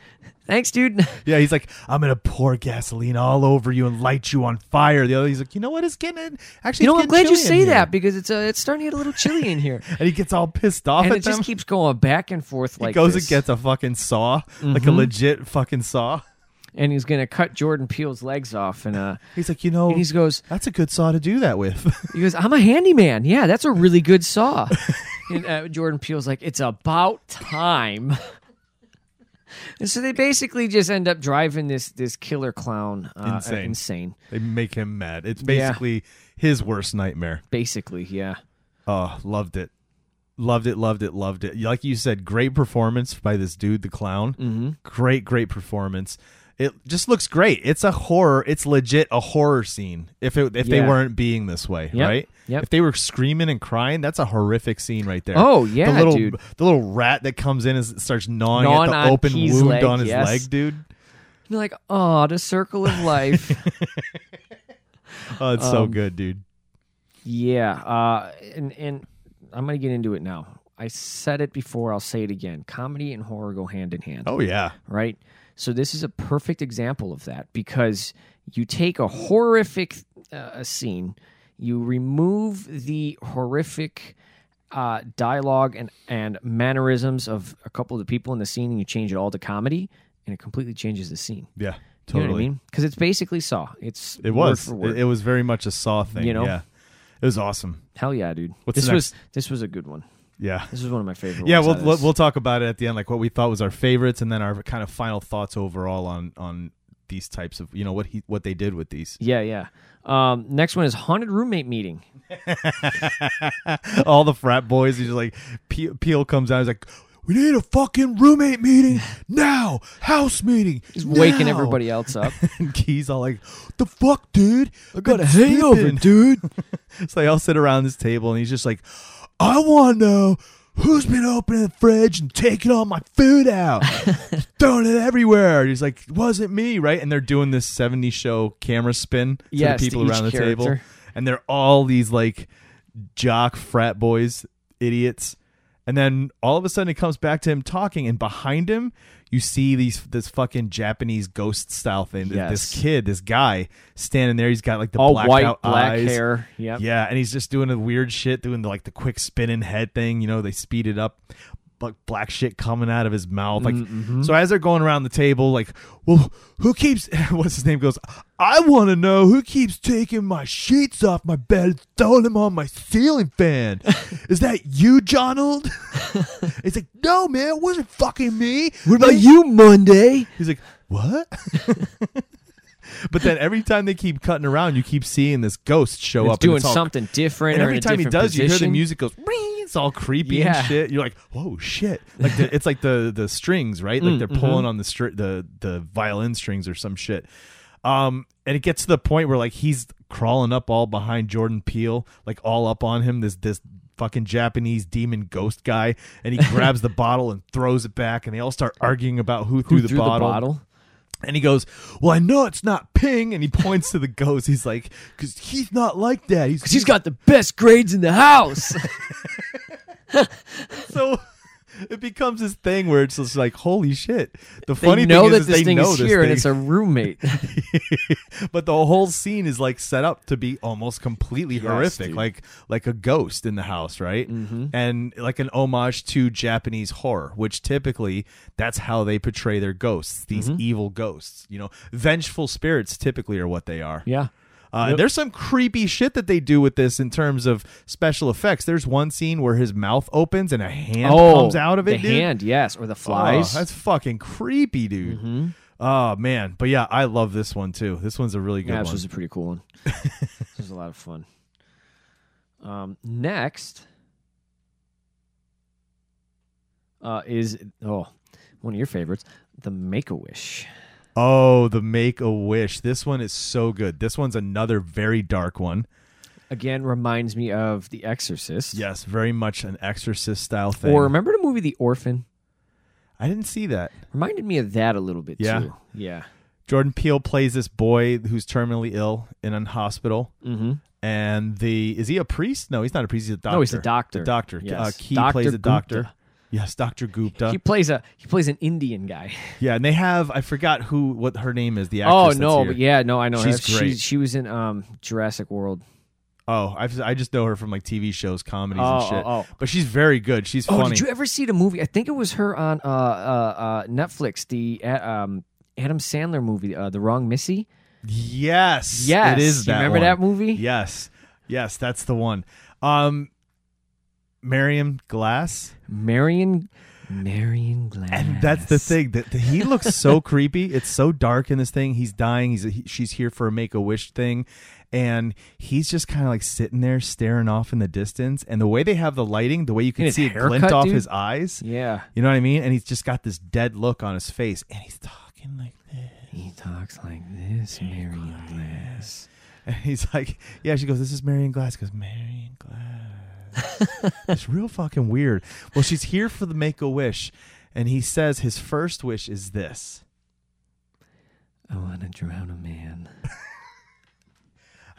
Speaker 2: Thanks, dude.
Speaker 1: Yeah, he's like, I'm gonna pour gasoline all over you and light you on fire. The other, he's like, you know what? It's getting actually.
Speaker 2: you know,
Speaker 1: it's getting
Speaker 2: I'm glad you
Speaker 1: chilly in
Speaker 2: say
Speaker 1: here."
Speaker 2: that because it's uh, it's starting to get a little chilly in here,
Speaker 1: And he gets all pissed off
Speaker 2: and
Speaker 1: at
Speaker 2: it just
Speaker 1: them.
Speaker 2: keeps going back and forth.
Speaker 1: he
Speaker 2: Like
Speaker 1: goes
Speaker 2: this. Mm-hmm.
Speaker 1: and gets a fucking saw, like a legit fucking saw.
Speaker 2: and he's gonna cut Jordan Peele's legs off, and uh,
Speaker 1: He's like, you know,
Speaker 2: and he goes,
Speaker 1: that's a good saw to do that with.
Speaker 2: he goes, I'm a handyman. Yeah, that's a really good saw. and uh, Jordan Peele's like, it's about time. And so they basically just end up driving this this killer clown uh,
Speaker 1: Insane.
Speaker 2: insane.
Speaker 1: they make him mad. It's
Speaker 2: Yeah.
Speaker 1: basically his worst nightmare.
Speaker 2: Basically, yeah.
Speaker 1: Oh, loved it. Loved it, loved it, loved it. Like you said, great performance by this dude, the clown. Mm-hmm. Great, great performance. It just looks great. It's a horror. It's legit a horror scene. If it, if
Speaker 2: Yeah.
Speaker 1: they weren't being this way,
Speaker 2: Yep,
Speaker 1: right?
Speaker 2: yep.
Speaker 1: If they were screaming and crying, that's a horrific scene right there.
Speaker 2: Oh, yeah,
Speaker 1: the little
Speaker 2: dude.
Speaker 1: the little rat that comes in and s- starts gnawing
Speaker 2: Gnawing
Speaker 1: at
Speaker 2: on
Speaker 1: the open
Speaker 2: Key's
Speaker 1: wound
Speaker 2: leg,
Speaker 1: on his
Speaker 2: yes.
Speaker 1: leg, dude.
Speaker 2: You're like, oh, the circle of life.
Speaker 1: Oh, it's so
Speaker 2: Um,
Speaker 1: good, dude.
Speaker 2: yeah. Uh, and and I'm gonna get into it now. I said it before. I'll say it again. Comedy and horror go hand in hand,
Speaker 1: Oh yeah,
Speaker 2: right? So this is a perfect example of that because you take a horrific uh, scene, you remove the horrific uh, dialogue and and mannerisms of a couple of the people in the scene, and you change it all to comedy, and it completely changes the scene.
Speaker 1: yeah,
Speaker 2: You
Speaker 1: totally.
Speaker 2: know what I mean? Because it's basically Saw. It's
Speaker 1: It was.
Speaker 2: word for word.
Speaker 1: It, it was very much a saw thing.
Speaker 2: You know?
Speaker 1: yeah, it was awesome.
Speaker 2: Hell yeah, dude.
Speaker 1: What's
Speaker 2: this
Speaker 1: the
Speaker 2: was this was a good one.
Speaker 1: Yeah.
Speaker 2: This was one of my favorite.
Speaker 1: yeah
Speaker 2: ones
Speaker 1: we'll,
Speaker 2: out of
Speaker 1: we'll
Speaker 2: this.
Speaker 1: we'll talk about it at the end like what we thought was our favorites and then our kind of final thoughts overall on on these types of you know what he what they did with these
Speaker 2: yeah, yeah. Um, next one is haunted roommate meeting.
Speaker 1: all the frat boys he's just like Pe- peel comes out he's like we need a fucking roommate meeting now house meeting
Speaker 2: He's waking
Speaker 1: now."
Speaker 2: everybody else up.
Speaker 1: and keys all like the fuck dude i got a
Speaker 2: hangover,
Speaker 1: dude so they all sit around this table and he's just like i want to know who's been opening the fridge and taking all my food out throwing it everywhere And he's like wasn't me right and they're doing this 70 show camera spin to
Speaker 2: Yes, to
Speaker 1: the people
Speaker 2: each
Speaker 1: around the table
Speaker 2: character.
Speaker 1: and they're all these like jock frat boys idiots And then all of a sudden it comes back to him talking, and behind him you see these this fucking Japanese ghost style thing. Th- This
Speaker 2: Yes.
Speaker 1: kid, this guy standing there, he's got like the
Speaker 2: All
Speaker 1: blacked
Speaker 2: white,
Speaker 1: out
Speaker 2: black
Speaker 1: eyes.
Speaker 2: hair. Yep.
Speaker 1: Yeah, and he's just doing the weird shit, doing the, like the quick spinning head thing. You know, they speed it up, but black shit coming out of his mouth. Like,
Speaker 2: Mm-hmm.
Speaker 1: so as they're going around the table, like, well, who keeps what's his name goes? I want to know who keeps taking my sheets off my bed, throwing them on my ceiling fan. Is that you, Donald? it's like, no, man, it wasn't fucking me.
Speaker 2: What about you, Monday?
Speaker 1: He's like, what? But then every time they keep cutting around, you keep seeing this ghost show up.
Speaker 2: It's
Speaker 1: and
Speaker 2: doing
Speaker 1: it's all
Speaker 2: something different.
Speaker 1: and
Speaker 2: or
Speaker 1: every
Speaker 2: in a
Speaker 1: time he
Speaker 2: different
Speaker 1: does, you hear the
Speaker 2: position.
Speaker 1: music goes. "Ring," It's all creepy
Speaker 2: Yeah.
Speaker 1: and shit. You're like, whoa, shit! Like the, it's like the the strings, right?
Speaker 2: Mm,
Speaker 1: Like
Speaker 2: mm-hmm.
Speaker 1: they're pulling on the str- the the violin strings or some shit. Um, and it gets to the point where like he's crawling up all behind Jordan Peele, like all up on him. This this fucking Japanese demon ghost guy, and he grabs the bottle and throws it back, and they all start arguing about who, threw,
Speaker 2: Who
Speaker 1: the, bottle. And he goes, "Well, I know it's not Ping," and he points to the ghost. He's like, "Cause he's not like that. He's
Speaker 2: Because he's got the best grades in the house.
Speaker 1: so it becomes this thing where it's just like, holy shit. The
Speaker 2: they
Speaker 1: funny
Speaker 2: know
Speaker 1: thing
Speaker 2: that
Speaker 1: is,
Speaker 2: this
Speaker 1: they
Speaker 2: thing
Speaker 1: know
Speaker 2: is
Speaker 1: this
Speaker 2: here
Speaker 1: thing.
Speaker 2: and it's a roommate.
Speaker 1: but the whole scene is like set up to be almost completely horrific,
Speaker 2: dude. Mm-hmm.
Speaker 1: like like a ghost in the house, right? And like an homage to Japanese horror, which typically that's how they portray their ghosts, these
Speaker 2: Mm-hmm.
Speaker 1: evil ghosts. You know, vengeful spirits typically are what they are.
Speaker 2: yeah.
Speaker 1: Uh, There's some creepy shit that they do with this in terms of special effects. There's one scene where his mouth opens and a hand comes out of it.
Speaker 2: Oh, The
Speaker 1: dude.
Speaker 2: hand, yes, or the flies. Mm-hmm.
Speaker 1: Oh, that's fucking creepy, dude. Oh man, but yeah, I love this one too. This one's a really good
Speaker 2: yeah, this
Speaker 1: one.
Speaker 2: was a pretty cool one. this was a lot of fun. Um, next uh, is oh one of your favorites, the Make a Wish.
Speaker 1: Oh, the Make a Wish. This one is so good. This one's another very dark one.
Speaker 2: Again, reminds me of The Exorcist.
Speaker 1: Yes, very much an Exorcist style thing.
Speaker 2: Or remember the movie The Orphan?
Speaker 1: I didn't see that.
Speaker 2: Reminded me of that a little bit
Speaker 1: Yeah.
Speaker 2: too. Yeah.
Speaker 1: Jordan Peele plays this boy who's terminally ill in a hospital.
Speaker 2: Mm-hmm.
Speaker 1: and the is he a priest? No, he's not a priest. He's a doctor.
Speaker 2: No, he's a doctor.
Speaker 1: The doctor.
Speaker 2: Yes.
Speaker 1: Uh, Key
Speaker 2: Dr.
Speaker 1: plays a doctor.
Speaker 2: Gupta.
Speaker 1: Yes, Doctor Gupta.
Speaker 2: He plays a he plays an Indian guy.
Speaker 1: yeah, and they have I forgot who what her name is. The actress.
Speaker 2: Oh
Speaker 1: that's
Speaker 2: no,
Speaker 1: here.
Speaker 2: but yeah, no, I know. her.
Speaker 1: She's
Speaker 2: she,
Speaker 1: great.
Speaker 2: she was in um Jurassic World.
Speaker 1: Oh, I've, I just know her from like TV shows, comedies,
Speaker 2: Oh,
Speaker 1: and shit.
Speaker 2: oh, oh.
Speaker 1: But she's very good. She's
Speaker 2: Oh,
Speaker 1: funny.
Speaker 2: did you ever see the movie? I think it was her on uh, uh, uh, Netflix, the uh, um, Adam Sandler movie, uh, The Wrong Missy.
Speaker 1: yes.
Speaker 2: Yes,
Speaker 1: It is
Speaker 2: you
Speaker 1: that.
Speaker 2: remember
Speaker 1: one.
Speaker 2: that movie?
Speaker 1: Yes. Yes, that's the one. Um, Miriam Glass.
Speaker 2: Marion, Marion Glass.
Speaker 1: And that's the thing that that he looks so creepy. It's so dark in this thing. He's dying. He's he, she's here for a make a wish thing, and he's just kind of like sitting there staring off in the distance. And the way they have the lighting, the way you can
Speaker 2: And his
Speaker 1: see it glint
Speaker 2: haircut,
Speaker 1: off
Speaker 2: dude.
Speaker 1: his eyes.
Speaker 2: Yeah,
Speaker 1: You know what I mean? And he's just got this dead look on his face, and he's talking like this.
Speaker 2: he talks like this, Marion Glass.
Speaker 1: And he's like, "Yeah." She goes, "This is Marion Glass." He goes, "Marion Glass." it's real fucking weird. Well, she's here for the make a wish, and he says his first wish is this.
Speaker 2: I want to drown a man.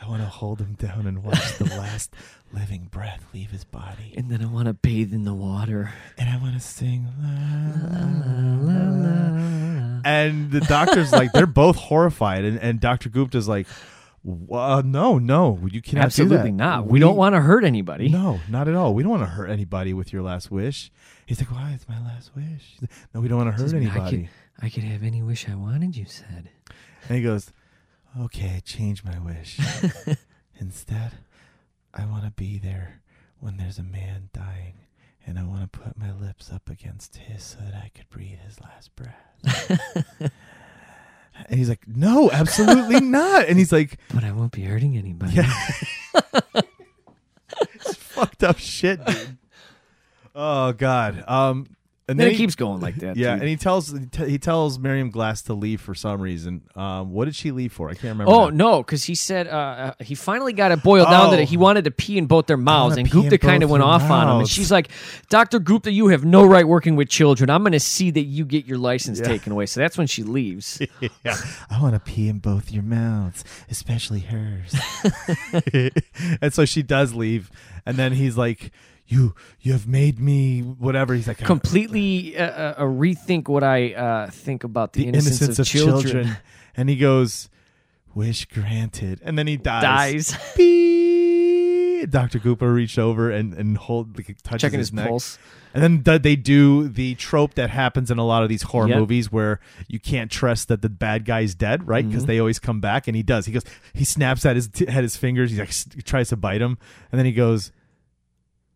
Speaker 1: I want to hold him down and watch the last living breath leave his body.
Speaker 2: And then I want to bathe in the water.
Speaker 1: And I want to sing. "La, la, la, la." And the doctor's like, they're both horrified. And, and Dr. Gupta's like, "Wha- uh, no, no, you cannot do
Speaker 2: Absolutely
Speaker 1: that.
Speaker 2: not. We, don't want to hurt anybody.
Speaker 1: No, not at all. We don't want to hurt anybody with your last wish. He's like, why? It's my last wish. He's like, No, we don't want to hurt
Speaker 2: Just- I could,
Speaker 1: anybody.
Speaker 2: I could have any wish I wanted, you said.
Speaker 1: And he goes, okay, I changed my wish. Instead, I want to be there when there's a man dying, and I want to put my lips up against his so that I could breathe his last breath. and he's like, no, absolutely not. And he's like,
Speaker 2: But I won't be hurting anybody.
Speaker 1: fucked up shit, dude. Oh God. Um, and
Speaker 2: Then
Speaker 1: then
Speaker 2: it
Speaker 1: he-
Speaker 2: keeps going like that.
Speaker 1: Yeah,
Speaker 2: dude.
Speaker 1: and he tells he te- he tells Miriam Glass to leave for some reason. Um, what did she leave for? I can't remember.
Speaker 2: Oh
Speaker 1: now.
Speaker 2: no, because he said uh, uh, he finally got it boiled down that
Speaker 1: Oh.
Speaker 2: he wanted to pee in both their mouths,
Speaker 1: wanna
Speaker 2: and
Speaker 1: pee in
Speaker 2: Gupta kind of
Speaker 1: both
Speaker 2: went
Speaker 1: your
Speaker 2: off on him. And
Speaker 1: mouths.
Speaker 2: she's like, "Doctor Gupta, you have no right working with children. I'm going to see that you get your license taken away." So that's when she leaves.
Speaker 1: Yeah. I want to pee in both your mouths, especially hers. and so she does leave. And then he's like, you you have made me whatever. He's like
Speaker 2: completely uh, uh, rethink what I uh, think about the,
Speaker 1: the innocence, of, children. and he goes, "Wish granted," and then he dies.
Speaker 2: dies
Speaker 1: Beep. Dr. Gooper reached over and and hold like, touches
Speaker 2: checking his,
Speaker 1: neck.
Speaker 2: pulse.
Speaker 1: And then th- they do the trope that happens in a lot of these horror
Speaker 2: Yep.
Speaker 1: movies where you can't trust that the bad guy's dead, right? Because they always come back, and he does. He goes, he snaps at his t- at his fingers. He like s- tries to bite him, and then he goes,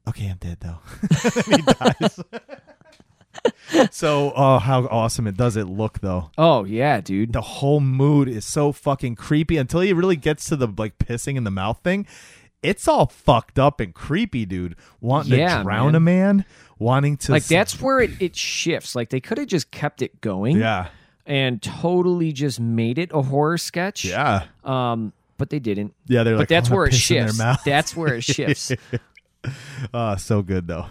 Speaker 1: "Okay, I'm dead though." and he dies. so, oh, how awesome it does it look though.
Speaker 2: Oh yeah, dude.
Speaker 1: The whole mood is so fucking creepy until he really gets to the like pissing in the mouth thing. It's all fucked up and creepy, dude. Wanting
Speaker 2: Yeah,
Speaker 1: to drown
Speaker 2: man.
Speaker 1: a man, wanting to
Speaker 2: Like
Speaker 1: s-
Speaker 2: that's where it, it shifts. Like they could have just kept it going
Speaker 1: Yeah.
Speaker 2: and totally just made it a horror sketch.
Speaker 1: Yeah.
Speaker 2: Um, but they didn't.
Speaker 1: Yeah, they're
Speaker 2: But
Speaker 1: like,
Speaker 2: that's
Speaker 1: "I wanna
Speaker 2: where it
Speaker 1: piss in their
Speaker 2: shifts.
Speaker 1: mouth."
Speaker 2: That's where it shifts.
Speaker 1: Uh, so good though,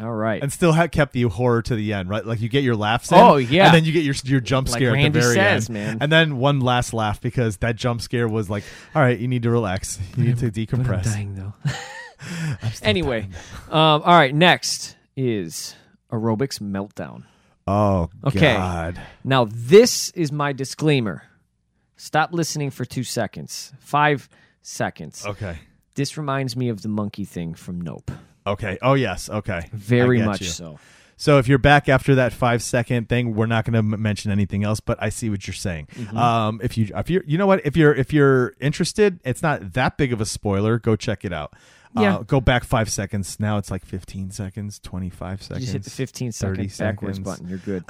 Speaker 2: All right.
Speaker 1: and still ha- kept the horror to the end, right? Like you get your laughs. In,
Speaker 2: Oh, yeah.
Speaker 1: and then you get your your jump
Speaker 2: Like
Speaker 1: scare at
Speaker 2: Randy
Speaker 1: the very
Speaker 2: says,
Speaker 1: end,
Speaker 2: man.
Speaker 1: And then one last laugh because that jump scare was like, all right, you need to relax, you need to
Speaker 2: But I'm
Speaker 1: decompress.
Speaker 2: dying though. anyway, um, all right. Next is aerobics meltdown.
Speaker 1: Oh
Speaker 2: Okay.
Speaker 1: God,
Speaker 2: Now this is my disclaimer. Stop listening for two seconds. Five seconds.
Speaker 1: okay,
Speaker 2: This reminds me of the monkey thing from Nope.
Speaker 1: okay. Oh yes, okay. I
Speaker 2: Very
Speaker 1: get
Speaker 2: much
Speaker 1: you.
Speaker 2: so.
Speaker 1: So if you're back after that five second thing, we're not going to m- mention anything else. But I see what you're saying.
Speaker 2: Mm-hmm.
Speaker 1: Um, if you if you you know what if you're if you're interested, it's not that big of a spoiler. Go check it out.
Speaker 2: Yeah.
Speaker 1: Uh, go back five seconds. Now it's like 15 seconds, 25 seconds.
Speaker 2: Just hit the 15 second
Speaker 1: 30
Speaker 2: backwards
Speaker 1: seconds.
Speaker 2: button. You're good.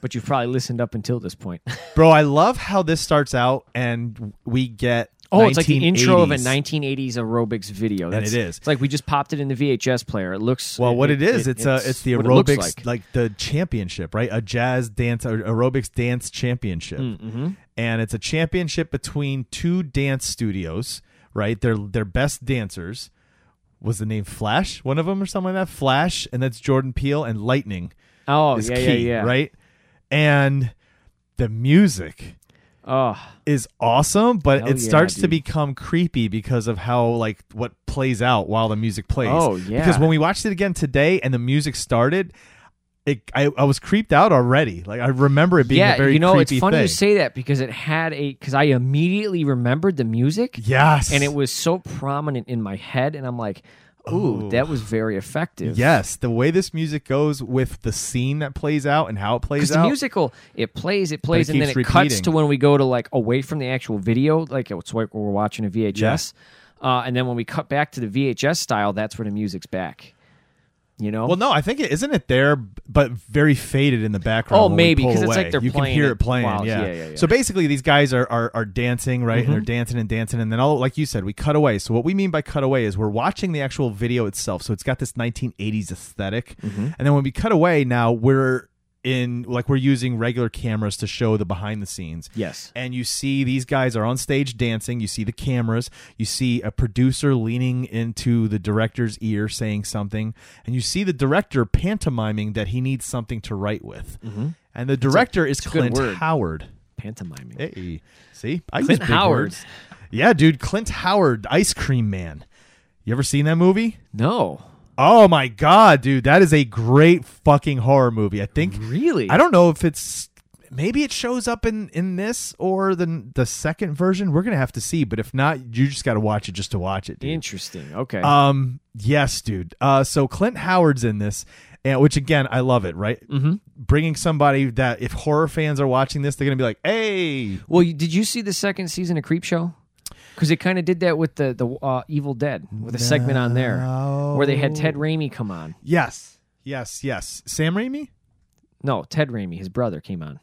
Speaker 2: but you've probably listened up until this point.
Speaker 1: Bro, I love how this starts out and we get.
Speaker 2: Oh, it's like the intro of a
Speaker 1: 1980s.
Speaker 2: 1980s aerobics video. That's,
Speaker 1: it is.
Speaker 2: It's like we just popped it in the VHS player. It looks
Speaker 1: Well, what it is, it's, a it's the
Speaker 2: what it looks
Speaker 1: aerobics
Speaker 2: like.
Speaker 1: like. the championship, right? A jazz dance or aerobics dance championship,
Speaker 2: Mm, mm-hmm.
Speaker 1: and it's a championship between two dance studios, right? Their their best dancers was the name Flash, one of them or something like that. Flash, and that's Jordan Peele and Lightning
Speaker 2: Oh
Speaker 1: is
Speaker 2: yeah,
Speaker 1: key,
Speaker 2: yeah, yeah.
Speaker 1: right? And the music
Speaker 2: Oh,
Speaker 1: is awesome, but
Speaker 2: Hell
Speaker 1: it
Speaker 2: yeah,
Speaker 1: starts to
Speaker 2: dude.
Speaker 1: become creepy because of how like what plays out while the music plays.
Speaker 2: Oh, yeah.
Speaker 1: Because when we watched it again today and the music started, it I, I was creeped out already. Like I remember it being
Speaker 2: yeah.
Speaker 1: a very
Speaker 2: you know, it's
Speaker 1: creepy
Speaker 2: funny
Speaker 1: thing.
Speaker 2: you say that because it had a because I immediately remembered the music
Speaker 1: yes.
Speaker 2: and it was so prominent in my head, and I'm like, ooh,
Speaker 1: Oh.
Speaker 2: that was very effective.
Speaker 1: Yes, the way this music goes with the scene that plays out and how it plays
Speaker 2: Because
Speaker 1: out.
Speaker 2: the musical, it plays, it plays,
Speaker 1: it
Speaker 2: and then it
Speaker 1: keeps
Speaker 2: cuts
Speaker 1: repeating.
Speaker 2: to when we go to like away from the actual video, like it's like we're watching a VHS, uh, and then when we cut back to the VHS style, that's where the music's back. You know,
Speaker 1: well, no, I think it isn't it there, but very faded in the background.
Speaker 2: Oh,
Speaker 1: when we
Speaker 2: maybe,
Speaker 1: pull
Speaker 2: 'cause it's like
Speaker 1: away.
Speaker 2: they're
Speaker 1: you can
Speaker 2: playing
Speaker 1: hear
Speaker 2: it
Speaker 1: it playing.
Speaker 2: while-
Speaker 1: yeah.
Speaker 2: yeah, yeah, yeah.
Speaker 1: So basically, these guys are are, are dancing right,
Speaker 2: Mm-hmm.
Speaker 1: and they're dancing and dancing, and then all like you said, we cut away. So what we mean by cut away is we're watching the actual video itself. So it's got this 1980s esthetic
Speaker 2: Mm-hmm.
Speaker 1: and then when we cut away, now we're in like we're using regular cameras to show the behind the scenes
Speaker 2: yes,
Speaker 1: and you see these guys are on stage dancing. You see the cameras. You see a producer leaning into the director's ear saying something, and you see the director pantomiming that he needs something to write with. And the director is
Speaker 2: Mm-hmm. a good
Speaker 1: Clint
Speaker 2: word.
Speaker 1: Howard.
Speaker 2: pantomiming.
Speaker 1: Hey, see, I
Speaker 2: Clint
Speaker 1: use big
Speaker 2: Howard.
Speaker 1: words. Yeah, dude, Clint Howard, Ice Cream Man. You ever seen that movie?
Speaker 2: no,
Speaker 1: Oh my god, dude, that is a great fucking horror movie. I think
Speaker 2: really,
Speaker 1: I don't know if it's maybe it shows up in in this or the the second version. We're gonna have to see, but if not, you just got to watch it just to watch it. Dude.
Speaker 2: Interesting. Okay.
Speaker 1: Um, yes, dude. Uh, so Clint Howard's in this, and which again, I love it. Right, mm-hmm. bringing somebody that if horror fans are watching this, they're gonna be like, "Hey,
Speaker 2: well, you- did you see the second season of Creep Show? Because it kind of did that with the the uh, Evil Dead with a segment on there where they had Ted Raimi come on.
Speaker 1: yes, yes, yes." Sam Raimi.
Speaker 2: No, Ted Raimi, his brother, came on.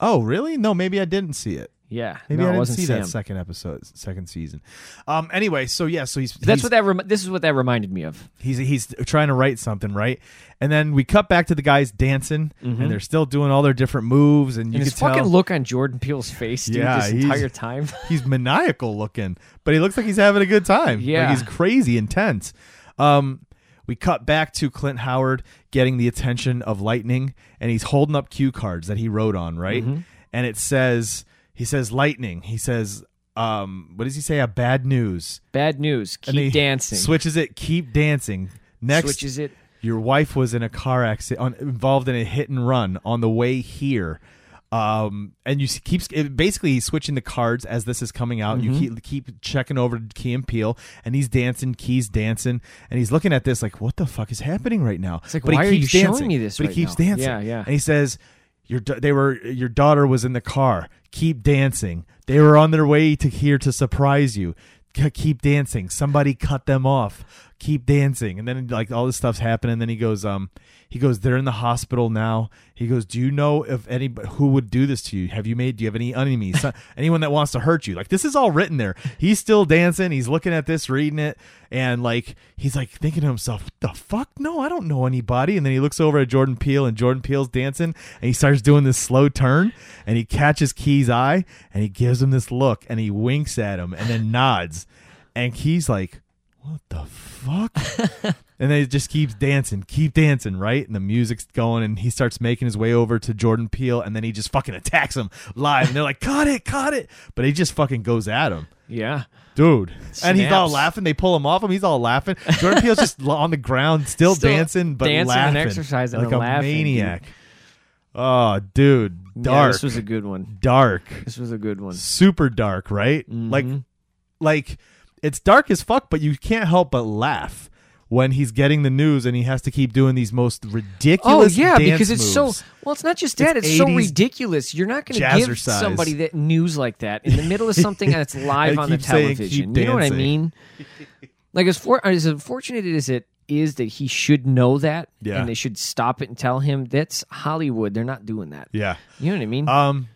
Speaker 1: Oh, really? No, maybe I didn't see it.
Speaker 2: Yeah,
Speaker 1: Maybe
Speaker 2: no,
Speaker 1: I
Speaker 2: it
Speaker 1: didn't
Speaker 2: wasn't
Speaker 1: see
Speaker 2: Sam.
Speaker 1: that second episode, second season. Um. Anyway, so yeah, so he's
Speaker 2: That's
Speaker 1: he's-
Speaker 2: what that. Rem- this is what that reminded me of.
Speaker 1: he's he's trying to write something right and then we cut back to the guys dancing and they're still doing all their different moves Mm-hmm. and you
Speaker 2: And
Speaker 1: can
Speaker 2: his fucking
Speaker 1: tell
Speaker 2: look on Jordan Peele's face, dude,
Speaker 1: Yeah,
Speaker 2: this
Speaker 1: he's-
Speaker 2: entire time.
Speaker 1: he's maniacal looking but he looks like he's having a good time Like,
Speaker 2: Yeah.
Speaker 1: he's crazy intense um we cut back to Clint Howard getting the attention of Lightning and he's holding up
Speaker 2: Mm-hmm.
Speaker 1: cue cards that he wrote on right and it says he says Lightning he says um, what does he say? A bad news.
Speaker 2: Bad news.
Speaker 1: And
Speaker 2: Keep
Speaker 1: they-
Speaker 2: dancing.
Speaker 1: Switches it. Keep dancing. Next,
Speaker 2: Switches it.
Speaker 1: your wife was in a car accident, on, involved in a hit and run on the way here. Um, and you s- keep it, basically he's switching the cards as this is coming out. You
Speaker 2: Mm-hmm.
Speaker 1: keep keep checking over to Key and Peele, and he's dancing, Key's dancing, and he's looking at this like, what the fuck is happening right now?
Speaker 2: It's like,
Speaker 1: he
Speaker 2: why are
Speaker 1: keeps
Speaker 2: you showing
Speaker 1: dancing,
Speaker 2: me this
Speaker 1: But
Speaker 2: right
Speaker 1: he keeps
Speaker 2: now?
Speaker 1: dancing.
Speaker 2: Yeah, yeah.
Speaker 1: And he says, your da- they were your daughter was in the car. Keep dancing. They were on their way to here to surprise you. K- keep dancing. Somebody cut them off. Keep dancing. And then like all this stuff's happening. then he goes, um, he goes, they're in the hospital now. He goes, do you know if any who would do this to you? Have you made? Do you have any enemies? So- Anyone that wants to hurt you? Like this is all written there. He's still dancing. He's looking at this, reading it, and like he's like thinking to himself, what the fuck? No, I don't know anybody. And then he looks over at Jordan Peele, and Jordan Peele's dancing, and he starts doing this slow turn, and he catches Key's eye, and he gives him this look, and he winks at him, and then nods, and Key's like, what the fuck? and then he just keeps dancing, keep dancing, right? And the music's going, and he starts making his way over to Jordan Peele, and then he just fucking attacks him live, and they're like, caught it, caught it, but he just fucking goes at him
Speaker 2: Yeah.
Speaker 1: dude. And he's all
Speaker 2: Snaps.
Speaker 1: laughing. They pull him off him. He's all laughing. Jordan Peele's just lo- on the ground, still,
Speaker 2: Still
Speaker 1: dancing, but
Speaker 2: dancing and
Speaker 1: laughing,
Speaker 2: exercising
Speaker 1: like
Speaker 2: and
Speaker 1: a
Speaker 2: laughing, dude.
Speaker 1: maniac. Oh, dude,
Speaker 2: Yeah,
Speaker 1: dark,
Speaker 2: this was a good one.
Speaker 1: dark,
Speaker 2: This was a good one.
Speaker 1: super dark, right?
Speaker 2: Mm-hmm.
Speaker 1: Like, like it's dark as fuck, but you can't help but laugh when he's getting the news and he has to keep doing these most
Speaker 2: Oh
Speaker 1: ridiculous.
Speaker 2: yeah,
Speaker 1: dance
Speaker 2: because it's
Speaker 1: moves.
Speaker 2: so well. It's not just that; it's,
Speaker 1: It's
Speaker 2: so
Speaker 1: 80s
Speaker 2: ridiculous. You're not going to give
Speaker 1: jazzercise.
Speaker 2: somebody that news like that in the middle of something that's live
Speaker 1: I
Speaker 2: on the
Speaker 1: keep saying,
Speaker 2: television.
Speaker 1: keep
Speaker 2: You know what I
Speaker 1: dancing.
Speaker 2: mean? Like as for as unfortunate as it is that he should know that,
Speaker 1: Yeah.
Speaker 2: and they should stop it and tell him that's Hollywood. They're not doing that.
Speaker 1: yeah.
Speaker 2: You know what I mean?
Speaker 1: Um,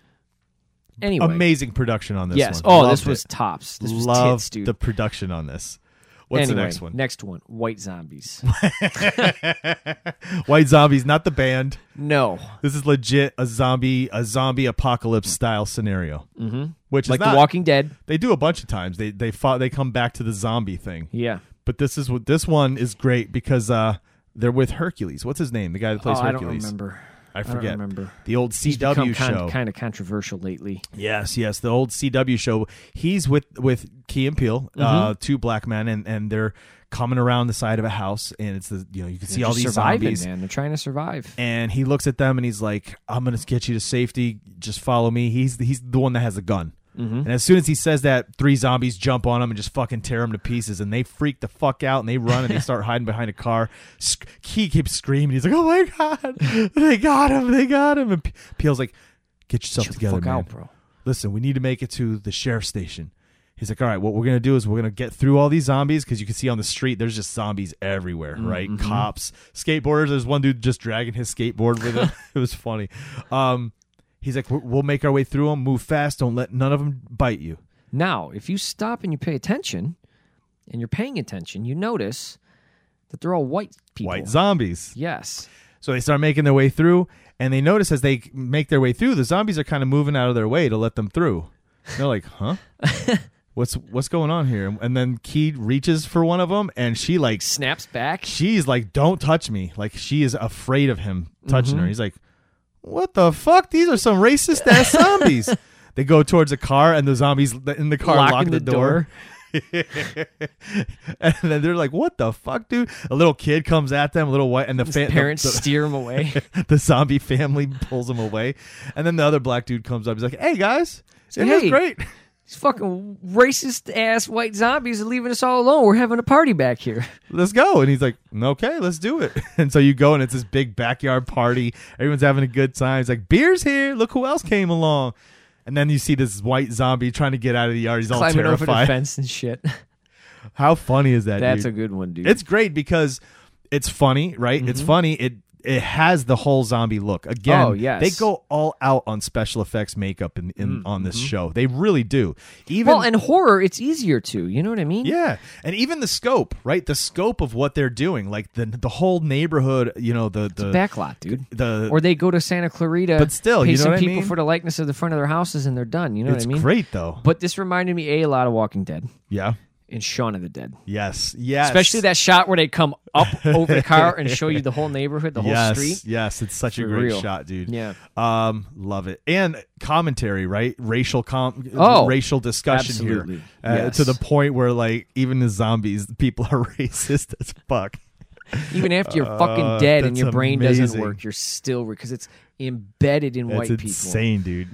Speaker 2: anyway,
Speaker 1: amazing production on this.
Speaker 2: yes.
Speaker 1: one.
Speaker 2: Oh,
Speaker 1: Loved
Speaker 2: this was
Speaker 1: it.
Speaker 2: tops. This was
Speaker 1: Loved
Speaker 2: tits, dude.
Speaker 1: the production on this. What's
Speaker 2: anyway,
Speaker 1: the next one?
Speaker 2: Next one, White Zombies.
Speaker 1: White Zombies, not the band.
Speaker 2: no,
Speaker 1: This is legit a zombie, a zombie apocalypse style scenario. Mm-hmm. Which
Speaker 2: like
Speaker 1: is not,
Speaker 2: The Walking Dead.
Speaker 1: they do a bunch of times. They they fought. They come back to the zombie thing.
Speaker 2: Yeah.
Speaker 1: But this is what this one is great because uh, they're with Hercules. What's his name? The guy that
Speaker 2: Oh,
Speaker 1: plays
Speaker 2: I don't
Speaker 1: Hercules.
Speaker 2: remember.
Speaker 1: I
Speaker 2: don't
Speaker 1: forget.
Speaker 2: remember.
Speaker 1: The old CW show.
Speaker 2: kind of controversial lately.
Speaker 1: Yes, yes, the old CW show. He's with with Key and Peele, uh,
Speaker 2: Mm-hmm.
Speaker 1: two black men, and and they're coming around the side of a house, and it's the you know you can see all
Speaker 2: Just
Speaker 1: these
Speaker 2: surviving,
Speaker 1: zombies.
Speaker 2: man. They're trying to survive.
Speaker 1: and he looks at them and he's like, "I'm gonna get you to safety. Just follow me." He's he's the one that has the gun.
Speaker 2: Mm-hmm.
Speaker 1: And as soon as he says that, three zombies jump on him and just fucking tear him to pieces. And they freak the fuck out and they run and they start hiding behind a car. Sc- Key keeps screaming. He's like, "Oh my god, they got him! They got him!" And P- Peel's like, "Get yourself
Speaker 2: Chill the
Speaker 1: together,
Speaker 2: fuck
Speaker 1: man.
Speaker 2: out, bro.
Speaker 1: Listen, we need to make it to the sheriff's station." He's like, all right, what we're gonna do is we're gonna get through all these zombies because you can see on the street there's just zombies everywhere, right? Cops, skateboarders. There's one dude just dragging his skateboard with him. it was funny. Um, he's like, "We're- we'll make our way through them. Move fast. Don't let none of them bite you.
Speaker 2: Now, if you stop and you pay attention, and you're paying attention, you notice that they're all white people.
Speaker 1: White zombies.
Speaker 2: Yes.
Speaker 1: So they start making their way through, and they notice as they make their way through, the zombies are kind of moving out of their way to let them through. And they're like, "Huh? what's what's going on here?" And then Key reaches for one of them, and she like
Speaker 2: Snaps back.
Speaker 1: she's like, "Don't touch me!" Like she is afraid of him touching her. He's like, "What the fuck? These are some racist ass zombies." they go towards a car, and the zombies in the car lock
Speaker 2: Locking
Speaker 1: the,
Speaker 2: the
Speaker 1: door. and then they're like, "What the fuck, dude?" A little kid comes at them, a little white, and the fa- the-
Speaker 2: Parents
Speaker 1: the-
Speaker 2: steer him away.
Speaker 1: the zombie family pulls him away, and then the other black dude comes up. He's like, "Hey guys, it was
Speaker 2: Hey.
Speaker 1: great."
Speaker 2: These fucking racist ass white zombies are leaving us all alone. We're having a party back here.
Speaker 1: let's go. And he's like, okay, let's do it. And so you go and it's this big backyard party. Everyone's having a good time. He's like, beer's here. Look who else came along. And then you see this white zombie trying to get out of the yard. He's all
Speaker 2: Climbing over the
Speaker 1: terrified.
Speaker 2: fence and shit.
Speaker 1: How funny is that?
Speaker 2: That's
Speaker 1: dude?
Speaker 2: a good one, dude.
Speaker 1: it's great because it's funny, right? It's funny. It it has the whole zombie look. Again,
Speaker 2: Oh, yes. Mm,
Speaker 1: they go all out on special effects makeup in, in on this show. They really do. Even
Speaker 2: mm-hmm. well, and horror, it's easier to. You know what I mean?
Speaker 1: Yeah, and even the scope, right? The scope of what they're doing, like the the whole neighborhood, you know, the the
Speaker 2: Backlot, dude.
Speaker 1: the
Speaker 2: or they go to Santa Clarita,
Speaker 1: But still,
Speaker 2: pay
Speaker 1: you know
Speaker 2: some
Speaker 1: what I
Speaker 2: people
Speaker 1: mean?
Speaker 2: for the likeness of the front of their houses, and they're done. You know
Speaker 1: it's
Speaker 2: what I mean?
Speaker 1: great though.
Speaker 2: But this reminded me a, a lot of Walking Dead,
Speaker 1: yeah,
Speaker 2: in Shaun of the Dead.
Speaker 1: Yes. Yes.
Speaker 2: Especially that shot where they come up over the car and show you the whole neighborhood, the whole
Speaker 1: yes,
Speaker 2: street.
Speaker 1: Yes, it's such a
Speaker 2: For
Speaker 1: great
Speaker 2: real.
Speaker 1: shot, dude.
Speaker 2: Yeah.
Speaker 1: Um, love it. And commentary, right? Racial com
Speaker 2: Oh,
Speaker 1: racial discussion
Speaker 2: absolutely.
Speaker 1: here. Uh,
Speaker 2: Yes.
Speaker 1: to the point where like even the zombies, people are racist as fuck.
Speaker 2: Even after you're
Speaker 1: Uh,
Speaker 2: fucking dead and
Speaker 1: that's
Speaker 2: your brain doesn't
Speaker 1: amazing.
Speaker 2: work, you're still because it's embedded in
Speaker 1: That's
Speaker 2: white people.
Speaker 1: insane, dude.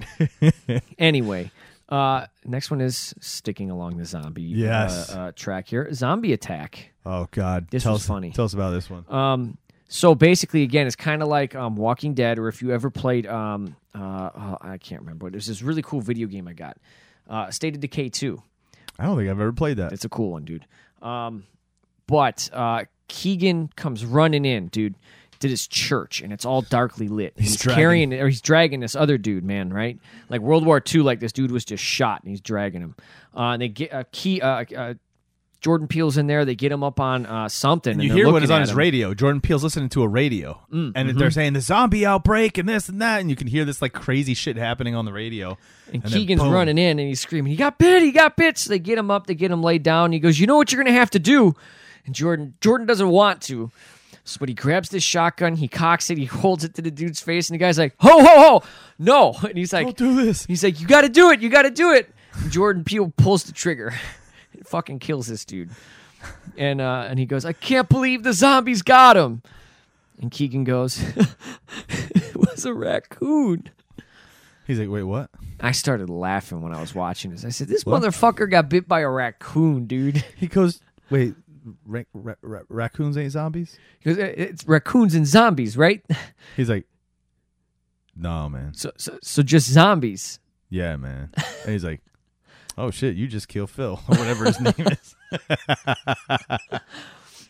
Speaker 2: Anyway, uh, next one is sticking along the zombie
Speaker 1: Yes.
Speaker 2: uh, uh, track here. Zombie attack.
Speaker 1: oh god.
Speaker 2: This
Speaker 1: tell
Speaker 2: was
Speaker 1: us
Speaker 2: funny.
Speaker 1: Tell us about this one.
Speaker 2: Um, so basically, again, it's kind of like um, Walking Dead, or if you ever played, um, uh, oh, I can't remember. There's this really cool video game I got, uh, State of Decay 2.
Speaker 1: I don't think I've ever played that.
Speaker 2: It's a cool one, dude. Um, but uh, Keegan comes running in, dude, to this church, and it's all darkly lit. He's,
Speaker 1: dragging-
Speaker 2: carrying, or he's dragging this other dude, man, right? Like World War II, like this dude was just shot, and he's dragging him. Uh, and they get uh, key. Uh, uh, Jordan Peele's in there. They get him up on uh, something.
Speaker 1: you
Speaker 2: and they're
Speaker 1: hear what
Speaker 2: looking
Speaker 1: is on
Speaker 2: at
Speaker 1: his
Speaker 2: him.
Speaker 1: radio. Jordan Peele's listening to a radio, and they're saying the zombie outbreak and this and that, and you can hear this like crazy shit happening on the radio.
Speaker 2: And,
Speaker 1: then
Speaker 2: Keegan's
Speaker 1: boom.
Speaker 2: running in and he's screaming, He got bit, he got bit. So they get him up, they get him laid down. He goes, You know what you're gonna have to do? And Jordan Jordan doesn't want to. So but he grabs this shotgun, he cocks it, he holds it to the dude's face, and the guy's like, Ho, ho, ho! No. And he's like,
Speaker 1: Don't do this.
Speaker 2: He's like, You gotta do it, you gotta do it. And Jordan Peele pulls the trigger. It fucking kills this dude. And uh, and he goes, I can't believe the zombies got him. And Keegan goes, It was a raccoon.
Speaker 1: He's like, wait, what?
Speaker 2: I started laughing when I was watching this. I said, "This motherfucker got bit by a raccoon, dude."
Speaker 1: He goes, wait, ra- ra- ra- raccoons ain't zombies?
Speaker 2: Because it's raccoons and zombies, right?
Speaker 1: He's like, no, man.
Speaker 2: So, so, so just zombies.
Speaker 1: Yeah, man. And he's like, oh shit, you just kill Phil or whatever his name is.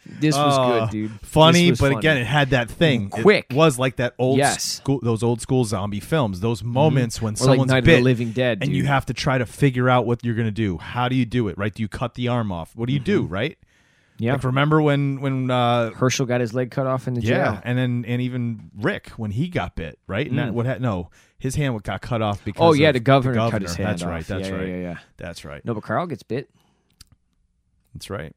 Speaker 2: This was
Speaker 1: Uh,
Speaker 2: good, dude. This
Speaker 1: Funny,
Speaker 2: was
Speaker 1: but
Speaker 2: funny.
Speaker 1: again, it had that thing. It
Speaker 2: Quick.
Speaker 1: was like that old
Speaker 2: Yes. Mm-hmm.
Speaker 1: school, those old school zombie films. Those moments when
Speaker 2: or like
Speaker 1: someone's
Speaker 2: Night of
Speaker 1: bit
Speaker 2: the Living Dead,
Speaker 1: and
Speaker 2: dude.
Speaker 1: you have to try to figure out what you're gonna do. How do you do it? Right? Do you cut the arm off? What do you do? Right?
Speaker 2: Mm-hmm. yeah.
Speaker 1: Like remember when when uh,
Speaker 2: Herschel got his leg cut off in the jail.
Speaker 1: Yeah, and then and even Rick when he got bit, right? And that, what? Ha- no, his hand got cut off because.
Speaker 2: Mm. Oh, yeah,
Speaker 1: of
Speaker 2: the governor cut his hand
Speaker 1: That's
Speaker 2: off.
Speaker 1: right. That's
Speaker 2: Yeah, yeah,
Speaker 1: right.
Speaker 2: yeah, yeah.
Speaker 1: That's right.
Speaker 2: No, but Carl gets bit.
Speaker 1: That's right.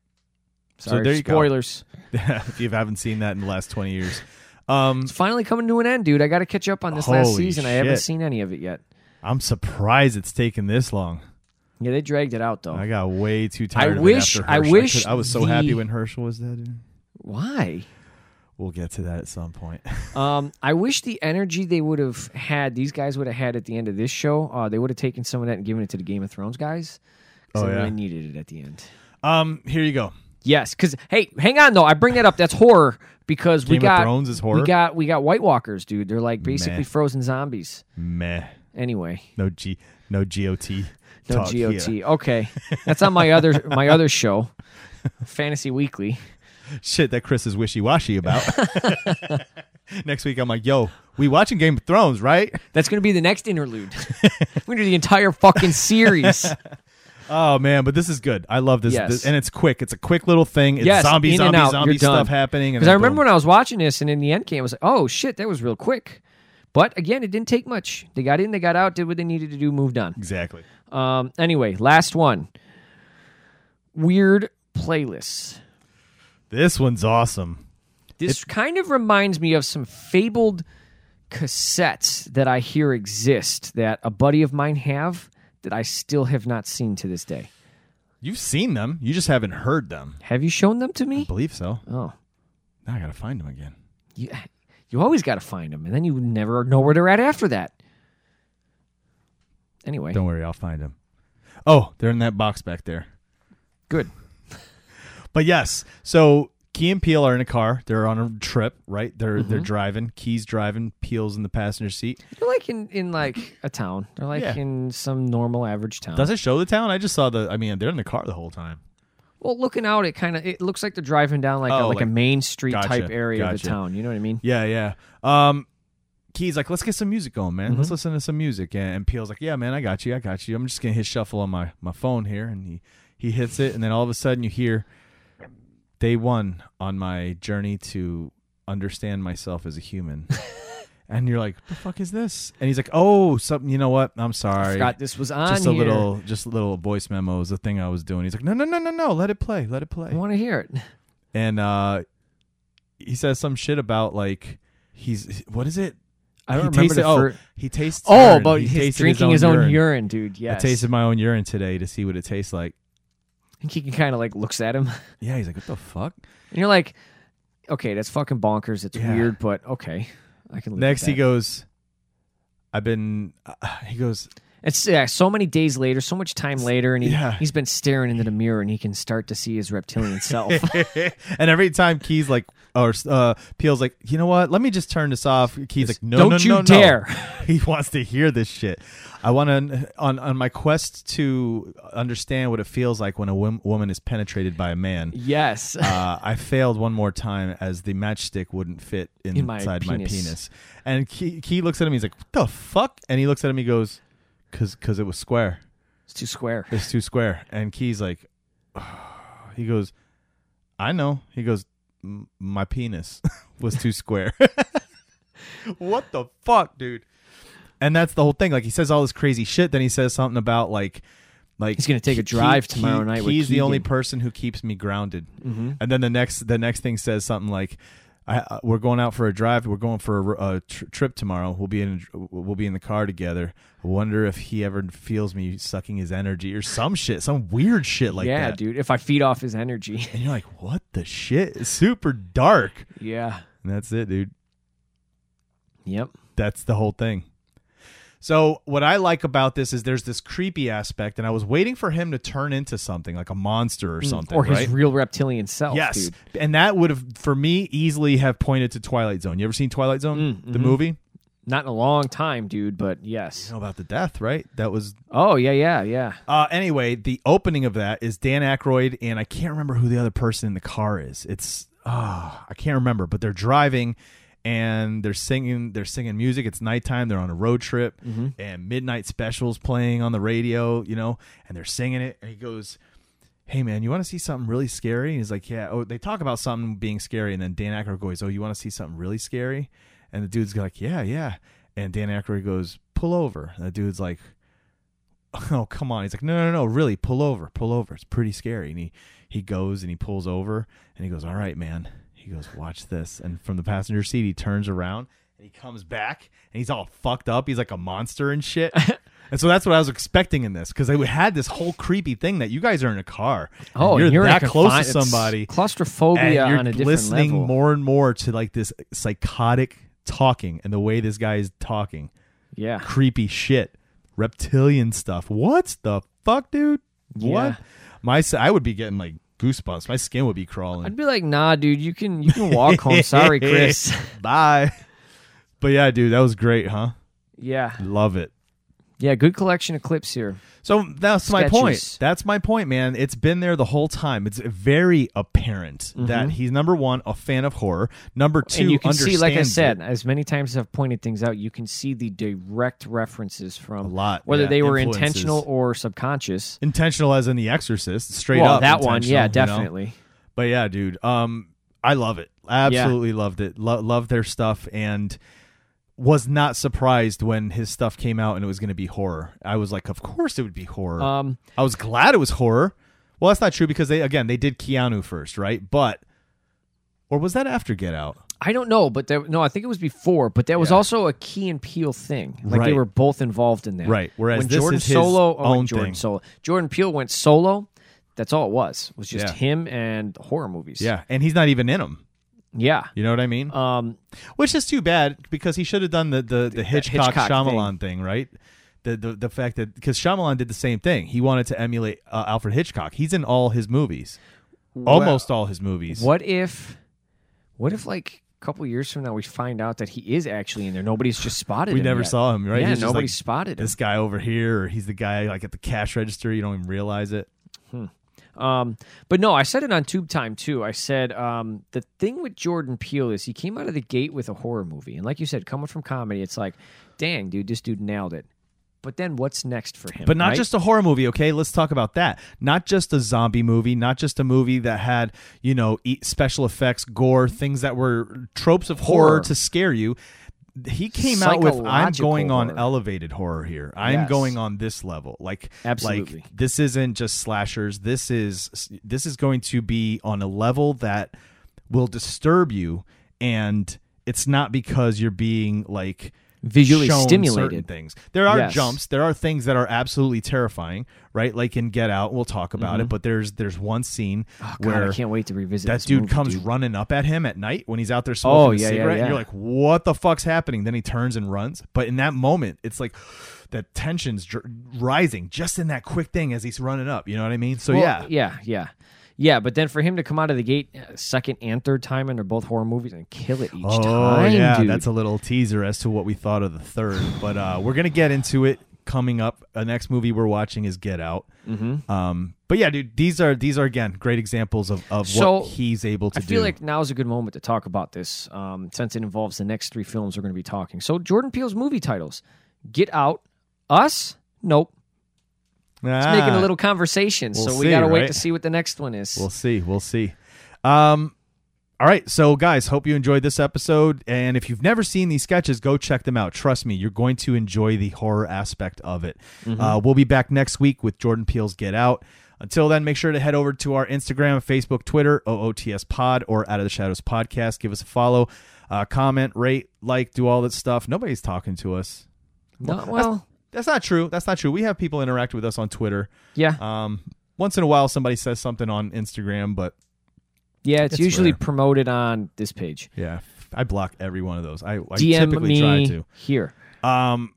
Speaker 2: Sorry,
Speaker 1: there you go.
Speaker 2: spoilers.
Speaker 1: if you haven't seen that in the last twenty years, um,
Speaker 2: It's finally coming to an end, dude. I got to catch up on this last
Speaker 1: Holy
Speaker 2: season. I haven't
Speaker 1: shit.
Speaker 2: seen any of it yet.
Speaker 1: I'm surprised it's taken this long.
Speaker 2: Yeah, they dragged it out though.
Speaker 1: I got way too tired. of it
Speaker 2: wish-
Speaker 1: after
Speaker 2: I
Speaker 1: Herschel.
Speaker 2: wish
Speaker 1: could- I, was so
Speaker 2: the-
Speaker 1: happy when Herschel was dead.
Speaker 2: Why?
Speaker 1: We'll get to that at some point.
Speaker 2: Um, I wish the energy they would have had, these guys would have had at the end of this show, uh, they would have taken some of that and given it to the Game of Thrones guys. 'cause
Speaker 1: Oh,
Speaker 2: I
Speaker 1: yeah.
Speaker 2: really needed it at the end.
Speaker 1: um, here you go.
Speaker 2: Yes, because hey, hang on though. I bring that up. That's horror because
Speaker 1: Game
Speaker 2: we
Speaker 1: of
Speaker 2: got
Speaker 1: Thrones is horror?
Speaker 2: We got we got White Walkers, dude. They're like basically
Speaker 1: Meh.
Speaker 2: frozen zombies.
Speaker 1: Meh.
Speaker 2: Anyway,
Speaker 1: No G. No GOT.
Speaker 2: no
Speaker 1: talk
Speaker 2: GOT.
Speaker 1: here.
Speaker 2: Okay, that's on my other my other show, Fantasy Weekly.
Speaker 1: shit that Chris is wishy washy about. Next week, I'm like, yo, we watching Game of Thrones, right?
Speaker 2: That's gonna be the next interlude. we do the entire fucking series.
Speaker 1: Oh man, but this is good. I love this,
Speaker 2: Yes.
Speaker 1: This- and it's quick. It's a quick little thing. It's
Speaker 2: yes,
Speaker 1: zombie,
Speaker 2: in
Speaker 1: zombie,
Speaker 2: and out,
Speaker 1: zombie
Speaker 2: you're done.
Speaker 1: stuff happening. and
Speaker 2: Because I
Speaker 1: then
Speaker 2: remember
Speaker 1: boom.
Speaker 2: when I was watching this, and in the end came, I was like, "Oh shit, that was real quick." But again, it didn't take much. They got in, they got out, did what they needed to do, moved on.
Speaker 1: exactly.
Speaker 2: Um, anyway, last one. Weird playlists.
Speaker 1: This one's awesome.
Speaker 2: This kind of reminds me of some fabled cassettes that I hear exist that a buddy of mine have that I still have not seen to this day.
Speaker 1: You've seen them, you just haven't heard them.
Speaker 2: Have you shown them to me?
Speaker 1: believe so.
Speaker 2: Oh,
Speaker 1: Now I gotta find them again.
Speaker 2: you, you always got to find them, and then you never know where they're at after that. Anyway,
Speaker 1: Don't worry, I'll find them. Oh, they're in that box back there.
Speaker 2: good.
Speaker 1: But yes, so Key and Peel are in a car. They're on a trip, right? They're they're driving. Key's driving. Peel's in the passenger seat.
Speaker 2: They're like in, in like a town. They're like
Speaker 1: Yeah.
Speaker 2: in some normal average town.
Speaker 1: Does it show the town? I just saw the. I mean, they're in the car the whole time.
Speaker 2: Well, looking out, it kind of it looks like they're driving down like a,
Speaker 1: Oh,
Speaker 2: like, a
Speaker 1: like-
Speaker 2: main street type
Speaker 1: gotcha,
Speaker 2: area of the
Speaker 1: gotcha.
Speaker 2: town. You know what I mean?
Speaker 1: Yeah, yeah. Um, Key's like, let's get some music going, man. Let's listen to some music. And, and Peel's like, yeah, man, I got you, I got you. I'm just gonna hit shuffle on my my phone here, and he he hits it, and then all of a sudden you hear day one on my journey to understand myself as a human. and you're like, the fuck is this? And he's like, oh, something. You know what? I'm sorry.
Speaker 2: Forgot this was on
Speaker 1: just a
Speaker 2: here.
Speaker 1: little, just a little voice memo is the thing I was doing. He's like, no, no, no, no, no, let it play, let it play.
Speaker 2: I want to hear it.
Speaker 1: And uh, he says some shit about like he's what is it?
Speaker 2: I don't
Speaker 1: he
Speaker 2: remember
Speaker 1: tasted,
Speaker 2: the
Speaker 1: oh,
Speaker 2: fir-
Speaker 1: he tastes.
Speaker 2: Oh,
Speaker 1: urine.
Speaker 2: about
Speaker 1: He
Speaker 2: his
Speaker 1: tasted
Speaker 2: drinking his own, urine. dude.
Speaker 1: I
Speaker 2: Yes.
Speaker 1: tasted my own urine today to see what it tastes like.
Speaker 2: I think he can kind of like looks at him, and
Speaker 1: Yeah, he's like, what the fuck?
Speaker 2: you're like, okay, that's fucking bonkers. It's
Speaker 1: Yeah.
Speaker 2: weird, but okay, I can. Live with
Speaker 1: Next, he
Speaker 2: that.
Speaker 1: goes. I've been. Uh, he goes.
Speaker 2: It's yeah, so many days later, so much time later, and he,
Speaker 1: Yeah.
Speaker 2: he's been staring into the mirror, and he can start to see his reptilian self.
Speaker 1: and every time Key's like, or uh, Peel's like, you know what? Let me just turn this off. Key's like, no,
Speaker 2: Don't
Speaker 1: no,
Speaker 2: you
Speaker 1: no, no."
Speaker 2: dare.
Speaker 1: He wants to hear this shit. I want to on on my quest to understand what it feels like when a wom- woman is penetrated by a man.
Speaker 2: yes.
Speaker 1: Uh, I failed one more time as the matchstick wouldn't fit inside
Speaker 2: my
Speaker 1: my
Speaker 2: penis.
Speaker 1: penis. And Key, Key looks at him. He's like, what the fuck? And he looks at him. He goes, cause cause it was square.
Speaker 2: it's too square.
Speaker 1: It's too square. And Key's like, he goes, I know. He goes, "M- my penis was too square. what the fuck, dude? And that's the whole thing. Like he says all this crazy shit. Then he says something about like, like
Speaker 2: He's gonna take a
Speaker 1: Key-
Speaker 2: drive
Speaker 1: Key-
Speaker 2: tomorrow night with
Speaker 1: He's the only
Speaker 2: Keegan.
Speaker 1: person who keeps me grounded.
Speaker 2: Mm-hmm.
Speaker 1: And then the next, the next thing says something like. I, uh, we're going out for a drive. We're going for a, r- a tr- trip tomorrow. We'll be in. We'll be in the car together. I wonder if he ever feels me sucking his energy or some shit, some weird shit like
Speaker 2: yeah,
Speaker 1: that.
Speaker 2: dude. If I feed off his energy,
Speaker 1: And you're like, what the shit? It's super dark.
Speaker 2: yeah.
Speaker 1: And that's it, dude.
Speaker 2: Yep.
Speaker 1: That's the whole thing. So what I like about this is there's this creepy aspect, and I was waiting for him to turn into something like a monster or something,
Speaker 2: Mm, or
Speaker 1: right?
Speaker 2: his real reptilian self.
Speaker 1: yes,
Speaker 2: Dude.
Speaker 1: and that would have for me easily have pointed to Twilight Zone. You ever seen Twilight Zone, the movie?
Speaker 2: Not in a long time, dude. But yes.
Speaker 1: You know about the death, right? That was
Speaker 2: Oh yeah, yeah, yeah.
Speaker 1: Uh, anyway, the opening of that is Dan Aykroyd, and I can't remember who the other person in the car is. It's ah, I can't remember, but they're driving, and they're singing. They're singing music. It's nighttime. They're on a road trip, and midnight specials playing on the radio. You know, and they're singing it. And he goes, "Hey man, you want to see something really scary?" And he's like, "Yeah." Oh, they talk about something being scary, and then Dan Aykroyd goes, "Oh, you want to see something really scary?" And the dude's like, "Yeah, yeah." And Dan Aykroyd goes, "Pull over." And the dude's like oh come on he's like no no no really pull over pull over it's pretty scary and he he goes and he pulls over and he goes all right man he goes watch this and from the passenger seat he turns around and he comes back and he's all fucked up he's like a monster and shit and so that's what i was expecting in this because they had this whole creepy thing that you guys are in a car and
Speaker 2: Oh, and
Speaker 1: you're,
Speaker 2: in
Speaker 1: that
Speaker 2: a
Speaker 1: close
Speaker 2: confine-
Speaker 1: to
Speaker 2: it's
Speaker 1: somebody and
Speaker 2: Claustrophobia
Speaker 1: you're
Speaker 2: on a different
Speaker 1: listening
Speaker 2: level.
Speaker 1: more and more to like this psychotic talking and the way this guy is talking
Speaker 2: yeah.
Speaker 1: creepy shit, reptilian stuff. What's the fuck, dude?
Speaker 2: Yeah.
Speaker 1: What? My s- I would be getting like goosebumps. My skin would be crawling.
Speaker 2: I'd be like, nah, dude. You can you can walk home. Sorry, Chris.
Speaker 1: Bye. But yeah, dude, that was great, huh?
Speaker 2: yeah.
Speaker 1: Love it.
Speaker 2: Yeah. Good collection of clips here.
Speaker 1: So that's my
Speaker 2: Sketches.
Speaker 1: point. That's my point, man. It's been there the whole time. It's very apparent that he's number one, a fan of horror. Number two,
Speaker 2: Mm-hmm. and you can see, like I
Speaker 1: understands
Speaker 2: said,
Speaker 1: it.
Speaker 2: as many times as I've pointed things out, you can see the direct references from
Speaker 1: A lot,
Speaker 2: whether
Speaker 1: yeah,
Speaker 2: they were
Speaker 1: influences.
Speaker 2: intentional or subconscious.
Speaker 1: intentional as in The Exorcist, straight
Speaker 2: Well,
Speaker 1: up.
Speaker 2: that one, yeah,
Speaker 1: intentional, you know?
Speaker 2: definitely.
Speaker 1: But yeah, dude, um, I love it. Absolutely loved it. Lo- loved their stuff and was not surprised when his stuff came out and it was going to be horror. I was like, of course it would be horror.
Speaker 2: Um,
Speaker 1: I was glad it was horror. Well, that's not true because they again they did Keanu first, right? But or was that after Get Out?
Speaker 2: I don't know, but there, no, I think it was before. But that was also a Key and Peele thing. Like they
Speaker 1: Right.
Speaker 2: were both involved in that.
Speaker 1: Right, whereas
Speaker 2: when
Speaker 1: this
Speaker 2: Jordan
Speaker 1: is his
Speaker 2: Solo, oh,
Speaker 1: own
Speaker 2: Jordan
Speaker 1: thing.
Speaker 2: Solo, Jordan Peele went solo. That's all it was. Was just
Speaker 1: Yeah.
Speaker 2: him and horror movies.
Speaker 1: Yeah, and he's not even in them.
Speaker 2: yeah.
Speaker 1: You know what I mean?
Speaker 2: Um,
Speaker 1: Which is too bad because he should have done the the, the Hitchcock,
Speaker 2: Hitchcock
Speaker 1: Shyamalan thing, right? The, the the fact that because Shyamalan did the same thing, he wanted to emulate uh, Alfred Hitchcock. He's in all his movies, almost all his movies.
Speaker 2: what if, what if like a couple years from now we find out that he is actually in there? Nobody's just spotted.
Speaker 1: We
Speaker 2: him
Speaker 1: never
Speaker 2: yet.
Speaker 1: saw him, right?
Speaker 2: Yeah,
Speaker 1: He's just
Speaker 2: nobody
Speaker 1: like,
Speaker 2: spotted him.
Speaker 1: This guy over here, or he's the guy like at the cash register. You don't even realize it.
Speaker 2: Um, but no, I said it on Tube Time too. I said um, the thing with Jordan Peele is he came out of the gate with a horror movie, and like you said, coming from comedy, it's like, dang, dude, this dude nailed it. But then what's next for him?
Speaker 1: But not
Speaker 2: right?
Speaker 1: just a horror movie, okay? Let's talk about that. Not just a zombie movie, not just a movie that had, you know, e- special effects, gore, things that were tropes of horror,
Speaker 2: Horror.
Speaker 1: to scare you. he came out with I'm
Speaker 2: Psychological
Speaker 1: going on
Speaker 2: horror.
Speaker 1: elevated horror here. I'm
Speaker 2: Yes.
Speaker 1: going on this level. Like
Speaker 2: Absolutely.
Speaker 1: like this isn't just slashers. This is this is going to be on a level that will disturb you and it's not because you're being like
Speaker 2: Visually
Speaker 1: shown certain
Speaker 2: stimulated.
Speaker 1: things. There are
Speaker 2: Yes.
Speaker 1: jumps, there are things that are absolutely terrifying, right? Like in Get Out, we'll talk about it, but there's there's one scene
Speaker 2: Mm-hmm. Oh, God,
Speaker 1: where
Speaker 2: I can't wait to revisit
Speaker 1: that
Speaker 2: this
Speaker 1: dude
Speaker 2: movie,
Speaker 1: comes running up at him at night when he's out there smoking
Speaker 2: Oh,
Speaker 1: a
Speaker 2: yeah, yeah,
Speaker 1: cigarette. And
Speaker 2: yeah.
Speaker 1: you're like, what the fuck's happening? Then he turns and runs. But in that moment, it's like that tension's dr- rising just in that quick thing as he's running up. You know what I mean? So
Speaker 2: Well,
Speaker 1: yeah,
Speaker 2: yeah, yeah, yeah. But then for him to come out of the gate uh, second and third time, and they're both horror movies, and kill it each
Speaker 1: oh
Speaker 2: time,
Speaker 1: yeah,
Speaker 2: dude.
Speaker 1: that's a little teaser as to what we thought of the third. But uh, we're gonna get into it coming up. The next movie we're watching is Get Out. Mm-hmm. Um, but yeah, dude, these are these are again great examples of of
Speaker 2: So,
Speaker 1: what he's able to
Speaker 2: I
Speaker 1: do.
Speaker 2: feel like now is a good moment to talk about this, um, since it involves the next three films we're going to be talking. So Jordan Peele's movie titles: Get Out, Us. Nope. It's making a
Speaker 1: Ah.
Speaker 2: little conversation,
Speaker 1: We'll
Speaker 2: so we
Speaker 1: see,
Speaker 2: gotta wait
Speaker 1: right?
Speaker 2: to see what the next one is.
Speaker 1: We'll see. We'll see. Um, all right. So, guys, hope you enjoyed this episode. And if you've never seen these sketches, go check them out. Trust me, you're going to enjoy the horror aspect of it. Uh, we'll be back next week with Jordan Peele's Get Out. Until then, make sure to head over to our Instagram, Facebook, Twitter, OOTS Pod, or Out of the Shadows Podcast. Give us a follow, uh, comment, rate, like, do all that stuff. Nobody's talking to us.
Speaker 2: No, well,
Speaker 1: That's not true. That's not true. We have people interact with us on Twitter.
Speaker 2: yeah,
Speaker 1: Um, once in a while, somebody says something on Instagram, but
Speaker 2: yeah. It's,
Speaker 1: it's
Speaker 2: usually
Speaker 1: rare.
Speaker 2: promoted on this page.
Speaker 1: Yeah, I block every one of those. I, I
Speaker 2: DM
Speaker 1: typically
Speaker 2: me
Speaker 1: try
Speaker 2: here.
Speaker 1: to. Um.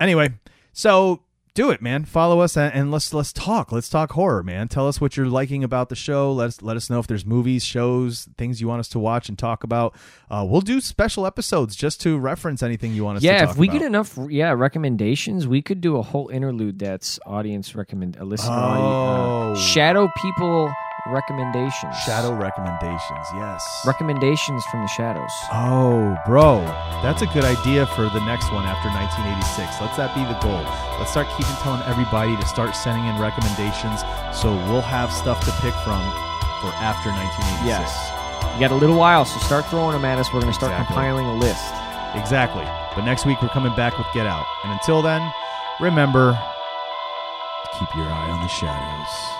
Speaker 1: Anyway, so do it, man. Follow us and, and let's let's talk. Let's talk horror, man. Tell us what you're liking about the show. Let us let us know if there's movies, shows, things you want us to watch and talk about. Uh, we'll do special episodes just to reference anything you want us. to
Speaker 2: yeah,
Speaker 1: talk
Speaker 2: if we
Speaker 1: about.
Speaker 2: get enough, yeah, recommendations, we could do a whole interlude that's audience recommend, a listener, audi-
Speaker 1: Oh.
Speaker 2: uh, shadow people recommendations,
Speaker 1: shadow recommendations, yes.
Speaker 2: recommendations from the shadows.
Speaker 1: Oh, bro, that's a good idea for the next one after 1986. Let's that be the goal. Let's start keeping telling everybody to start sending in recommendations so we'll have stuff to pick from for after 1986.
Speaker 2: you got a little while, so start throwing them at us. We're gonna start
Speaker 1: Exactly.
Speaker 2: compiling a list.
Speaker 1: Exactly. But next week we're coming back with Get Out. And until then, remember to keep your eye on the shadows.